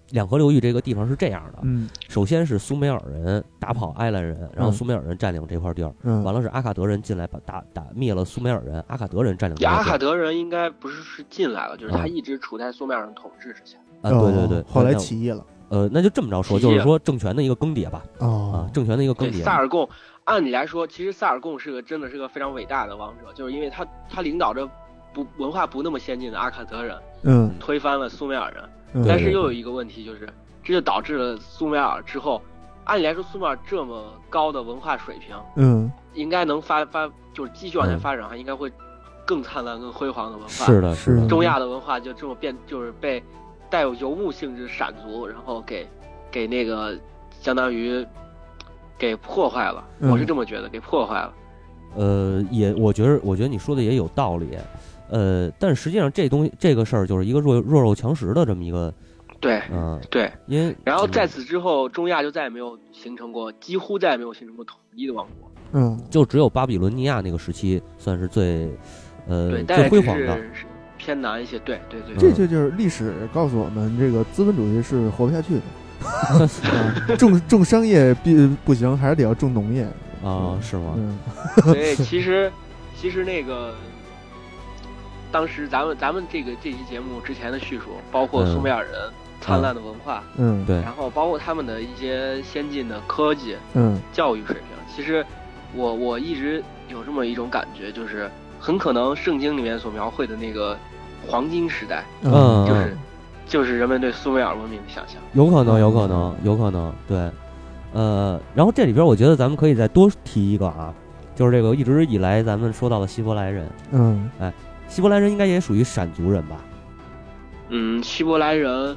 [SPEAKER 2] 两河流域这个地方是这样的，
[SPEAKER 1] 嗯
[SPEAKER 2] 首先是苏美尔人打跑埃兰人，然后
[SPEAKER 1] 嗯
[SPEAKER 2] 苏美尔人占领这块地儿，
[SPEAKER 1] 嗯，
[SPEAKER 2] 完了是阿卡德人进来把打打灭了苏美尔人，阿卡德人占领这
[SPEAKER 3] 阿
[SPEAKER 2] 块
[SPEAKER 3] 卡
[SPEAKER 2] 地
[SPEAKER 3] 德人应该不是是进来了，就是他
[SPEAKER 2] 嗯
[SPEAKER 3] 一直处在苏美尔人统治之下。
[SPEAKER 2] 儿啊，对对对
[SPEAKER 1] 哦，后来
[SPEAKER 2] 那
[SPEAKER 1] 起义了
[SPEAKER 2] 呃，那就这么着说，就是说政权的一个更迭吧，啊
[SPEAKER 1] 哦，
[SPEAKER 2] 政权的一个更
[SPEAKER 3] 对，
[SPEAKER 2] 迭
[SPEAKER 3] 萨，尔贡，按理来说，其实萨尔贡是个真的是个非常伟大的王者，就是因为他他领导着不文化不那么先进的阿卡德人，
[SPEAKER 1] 嗯，
[SPEAKER 3] 推翻了苏美尔人。
[SPEAKER 1] 嗯
[SPEAKER 3] 但
[SPEAKER 2] 对
[SPEAKER 3] 是又有一个问题，就是这就导致了苏美尔之后，按理来说苏美尔这么高的文化水平，
[SPEAKER 1] 嗯
[SPEAKER 3] 应该能发发就是继续往前
[SPEAKER 2] 嗯
[SPEAKER 3] 发展的话，应该会更灿烂、更辉煌的文化。
[SPEAKER 2] 是的，
[SPEAKER 1] 是
[SPEAKER 2] 的，
[SPEAKER 3] 中亚的文化就这么变，就是被带有游牧性质闪族，然后给给那个相当于给破坏了。
[SPEAKER 1] 嗯
[SPEAKER 3] 我是这么觉得，给破坏了。
[SPEAKER 2] 呃，也我觉得，我觉得你说的也有道理，呃，但实际上这东西这个事儿就是一个弱弱肉强食的这么一个，
[SPEAKER 3] 对
[SPEAKER 2] 嗯、
[SPEAKER 3] 对，
[SPEAKER 2] 因为
[SPEAKER 3] 然后
[SPEAKER 2] 嗯
[SPEAKER 3] 在此之后，中亚就再也没有形成过，几乎再也没有形成过统一的王国。
[SPEAKER 1] 嗯
[SPEAKER 2] 就只有巴比伦尼亚那个时期算是最，呃，
[SPEAKER 3] 对，但
[SPEAKER 2] 最辉
[SPEAKER 3] 是只
[SPEAKER 2] 煌的，
[SPEAKER 3] 是偏南一些。对对对，
[SPEAKER 2] 嗯
[SPEAKER 1] 这就就是历史告诉我们，这个资本主义是活不下去 的。啊重重商业必不行，还是得要重农业。
[SPEAKER 2] 啊，是吗？
[SPEAKER 1] 嗯
[SPEAKER 3] 所以其实其实那个。当时咱们咱们这个这期节目之前的叙述，包括
[SPEAKER 2] 嗯
[SPEAKER 3] 苏美尔人灿烂的文化，
[SPEAKER 1] 嗯，
[SPEAKER 2] 对
[SPEAKER 3] 然后包括他们的一些先进的科技、
[SPEAKER 1] 嗯
[SPEAKER 3] 教育水平。其实我我一直有这么一种感觉，就是很可能圣经里面所描绘的那个黄金时代，
[SPEAKER 2] 嗯
[SPEAKER 3] 就是、就是人们对苏美尔文明的想象。
[SPEAKER 2] 有可能，有可能，有可能，对，呃，然后这里边我觉得咱们可以再多提一个啊，就是这个一直以来咱们说到的希伯来人，
[SPEAKER 1] 嗯
[SPEAKER 2] 希伯来人应该也属于闪族人吧？
[SPEAKER 3] 嗯，希伯来人，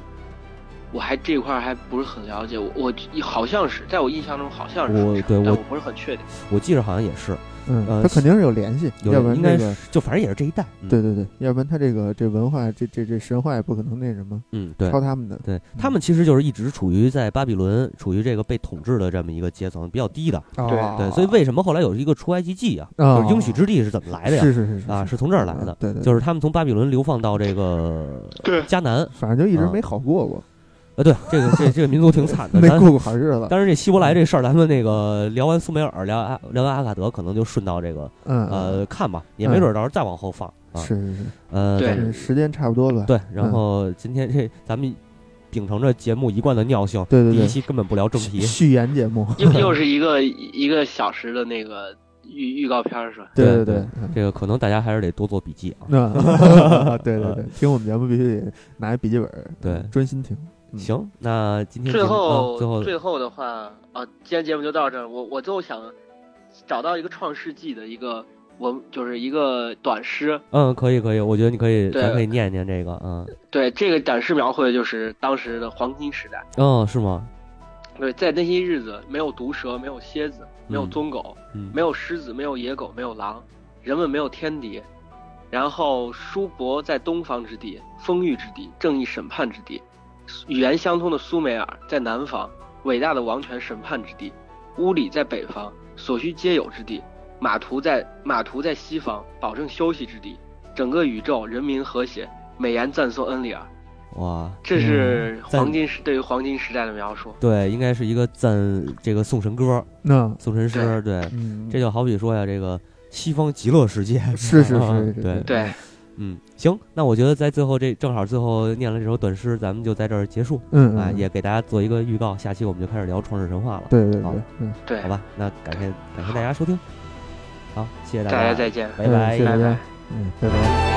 [SPEAKER 3] 我还这块儿还不是很了解，我我好像是在我印象中好像是
[SPEAKER 2] 我
[SPEAKER 3] 这样
[SPEAKER 2] 对我
[SPEAKER 3] 但我不是很 确定。
[SPEAKER 2] 我记着好像也是，
[SPEAKER 1] 嗯，
[SPEAKER 2] 呃
[SPEAKER 1] 他肯定是有联系，
[SPEAKER 2] 有
[SPEAKER 1] 要不然
[SPEAKER 2] 应该
[SPEAKER 1] 那
[SPEAKER 2] 是、
[SPEAKER 1] 个
[SPEAKER 2] 就反正也是这一代，嗯、
[SPEAKER 1] 对，对对，要不然他这个这文化这这这神话也不可能那什么
[SPEAKER 2] 嗯，对
[SPEAKER 1] 抄。他们的。
[SPEAKER 2] 对他们其实就是一直处于在巴比伦处于这个被统治的这么一个阶层比较低的，
[SPEAKER 1] 哦
[SPEAKER 2] 对，所以为什么后来有一个出埃及记啊，
[SPEAKER 1] 哦
[SPEAKER 2] 就是应许之地是怎么来的呀？
[SPEAKER 1] 是是是是嗯
[SPEAKER 2] 啊，是从这儿来的，
[SPEAKER 1] 对对，
[SPEAKER 2] 就是是他们从巴比伦流放到这个
[SPEAKER 3] 对
[SPEAKER 2] 迦南，
[SPEAKER 1] 反正就一直
[SPEAKER 2] 啊
[SPEAKER 1] 没好过过，
[SPEAKER 2] 呃，对，这个这这个民族挺惨的，
[SPEAKER 1] 没
[SPEAKER 2] 咱
[SPEAKER 1] 过过好日子。
[SPEAKER 2] 当然，这希伯来这事儿，咱们那个聊完苏美尔，聊阿聊完阿卡德，可能就顺到这个
[SPEAKER 1] 嗯，
[SPEAKER 2] 呃看吧，也没准儿到时候再往后放啊。
[SPEAKER 1] 是嗯是是
[SPEAKER 2] 呃，
[SPEAKER 3] 对
[SPEAKER 1] 嗯，时间差不多了。
[SPEAKER 2] 对。然后今天这咱们秉承着节目一贯的尿性，
[SPEAKER 1] 对对
[SPEAKER 2] 第一
[SPEAKER 1] 对，
[SPEAKER 2] 期根本不聊正题
[SPEAKER 1] 续，续言节目。
[SPEAKER 3] 又又是一个一个小时的那个预预告片儿是吧？
[SPEAKER 1] 对
[SPEAKER 2] 对
[SPEAKER 1] 对，嗯
[SPEAKER 2] 这个可能大家还是得多做笔记啊。
[SPEAKER 1] 那对对对，听我们节目必须得拿一笔记本儿，
[SPEAKER 2] 对
[SPEAKER 1] 专心听。嗯
[SPEAKER 2] 行，那今天
[SPEAKER 3] 最
[SPEAKER 2] 节目嗯
[SPEAKER 3] 后、
[SPEAKER 2] 最后
[SPEAKER 3] 最后的话啊，今天节目就到这儿。我我最后想找到一个创世纪的一个文，就是一个短诗。
[SPEAKER 2] 嗯，可以可以，我觉得你可以，
[SPEAKER 3] 对
[SPEAKER 2] 咱可以念一念这个，嗯
[SPEAKER 3] 对，这个短诗描绘的就是当时的黄金时代。
[SPEAKER 2] 嗯，是吗？
[SPEAKER 3] 对，在那些日子，没有毒蛇，没有蝎子，没有棕狗，
[SPEAKER 2] 嗯，
[SPEAKER 3] 没有狮子，没有野狗，没有狼，人们没有天敌。然后，叔伯在东方之地，丰裕之地，正义审判之地；语言相通的苏美尔在南方，伟大的王权审判之地；乌里在北方，所需皆有之地；马图在马图在西方，保证休息之地。整个宇宙人民和谐，美言赞颂恩里尔。
[SPEAKER 2] 哇，
[SPEAKER 3] 这是
[SPEAKER 2] 嗯赞
[SPEAKER 3] 黄金时对于黄金时代的描述。
[SPEAKER 2] 对，应该是一个赞这个送神歌、
[SPEAKER 1] 那
[SPEAKER 2] 送神诗，对，
[SPEAKER 1] 嗯，
[SPEAKER 2] 这就好比说呀，这个西方极乐世界，
[SPEAKER 1] 是是
[SPEAKER 2] 啊
[SPEAKER 1] 是是，
[SPEAKER 2] 对
[SPEAKER 3] 对，
[SPEAKER 2] 嗯，行，那我觉得在最后这正好最后念了这首短诗，咱们就在这儿结束
[SPEAKER 1] 嗯
[SPEAKER 2] 啊，
[SPEAKER 1] 嗯
[SPEAKER 2] 也给大家做一个预告，下期我们就开始聊创世神话了，
[SPEAKER 1] 对对
[SPEAKER 2] 好
[SPEAKER 1] 对，嗯，
[SPEAKER 3] 对
[SPEAKER 2] 好，吧？那感谢感谢大家收听，好，谢谢大
[SPEAKER 3] 大
[SPEAKER 2] 家，
[SPEAKER 3] 家再见。
[SPEAKER 2] 拜拜
[SPEAKER 1] 嗯谢谢大
[SPEAKER 3] 拜拜
[SPEAKER 1] 家，嗯，拜拜。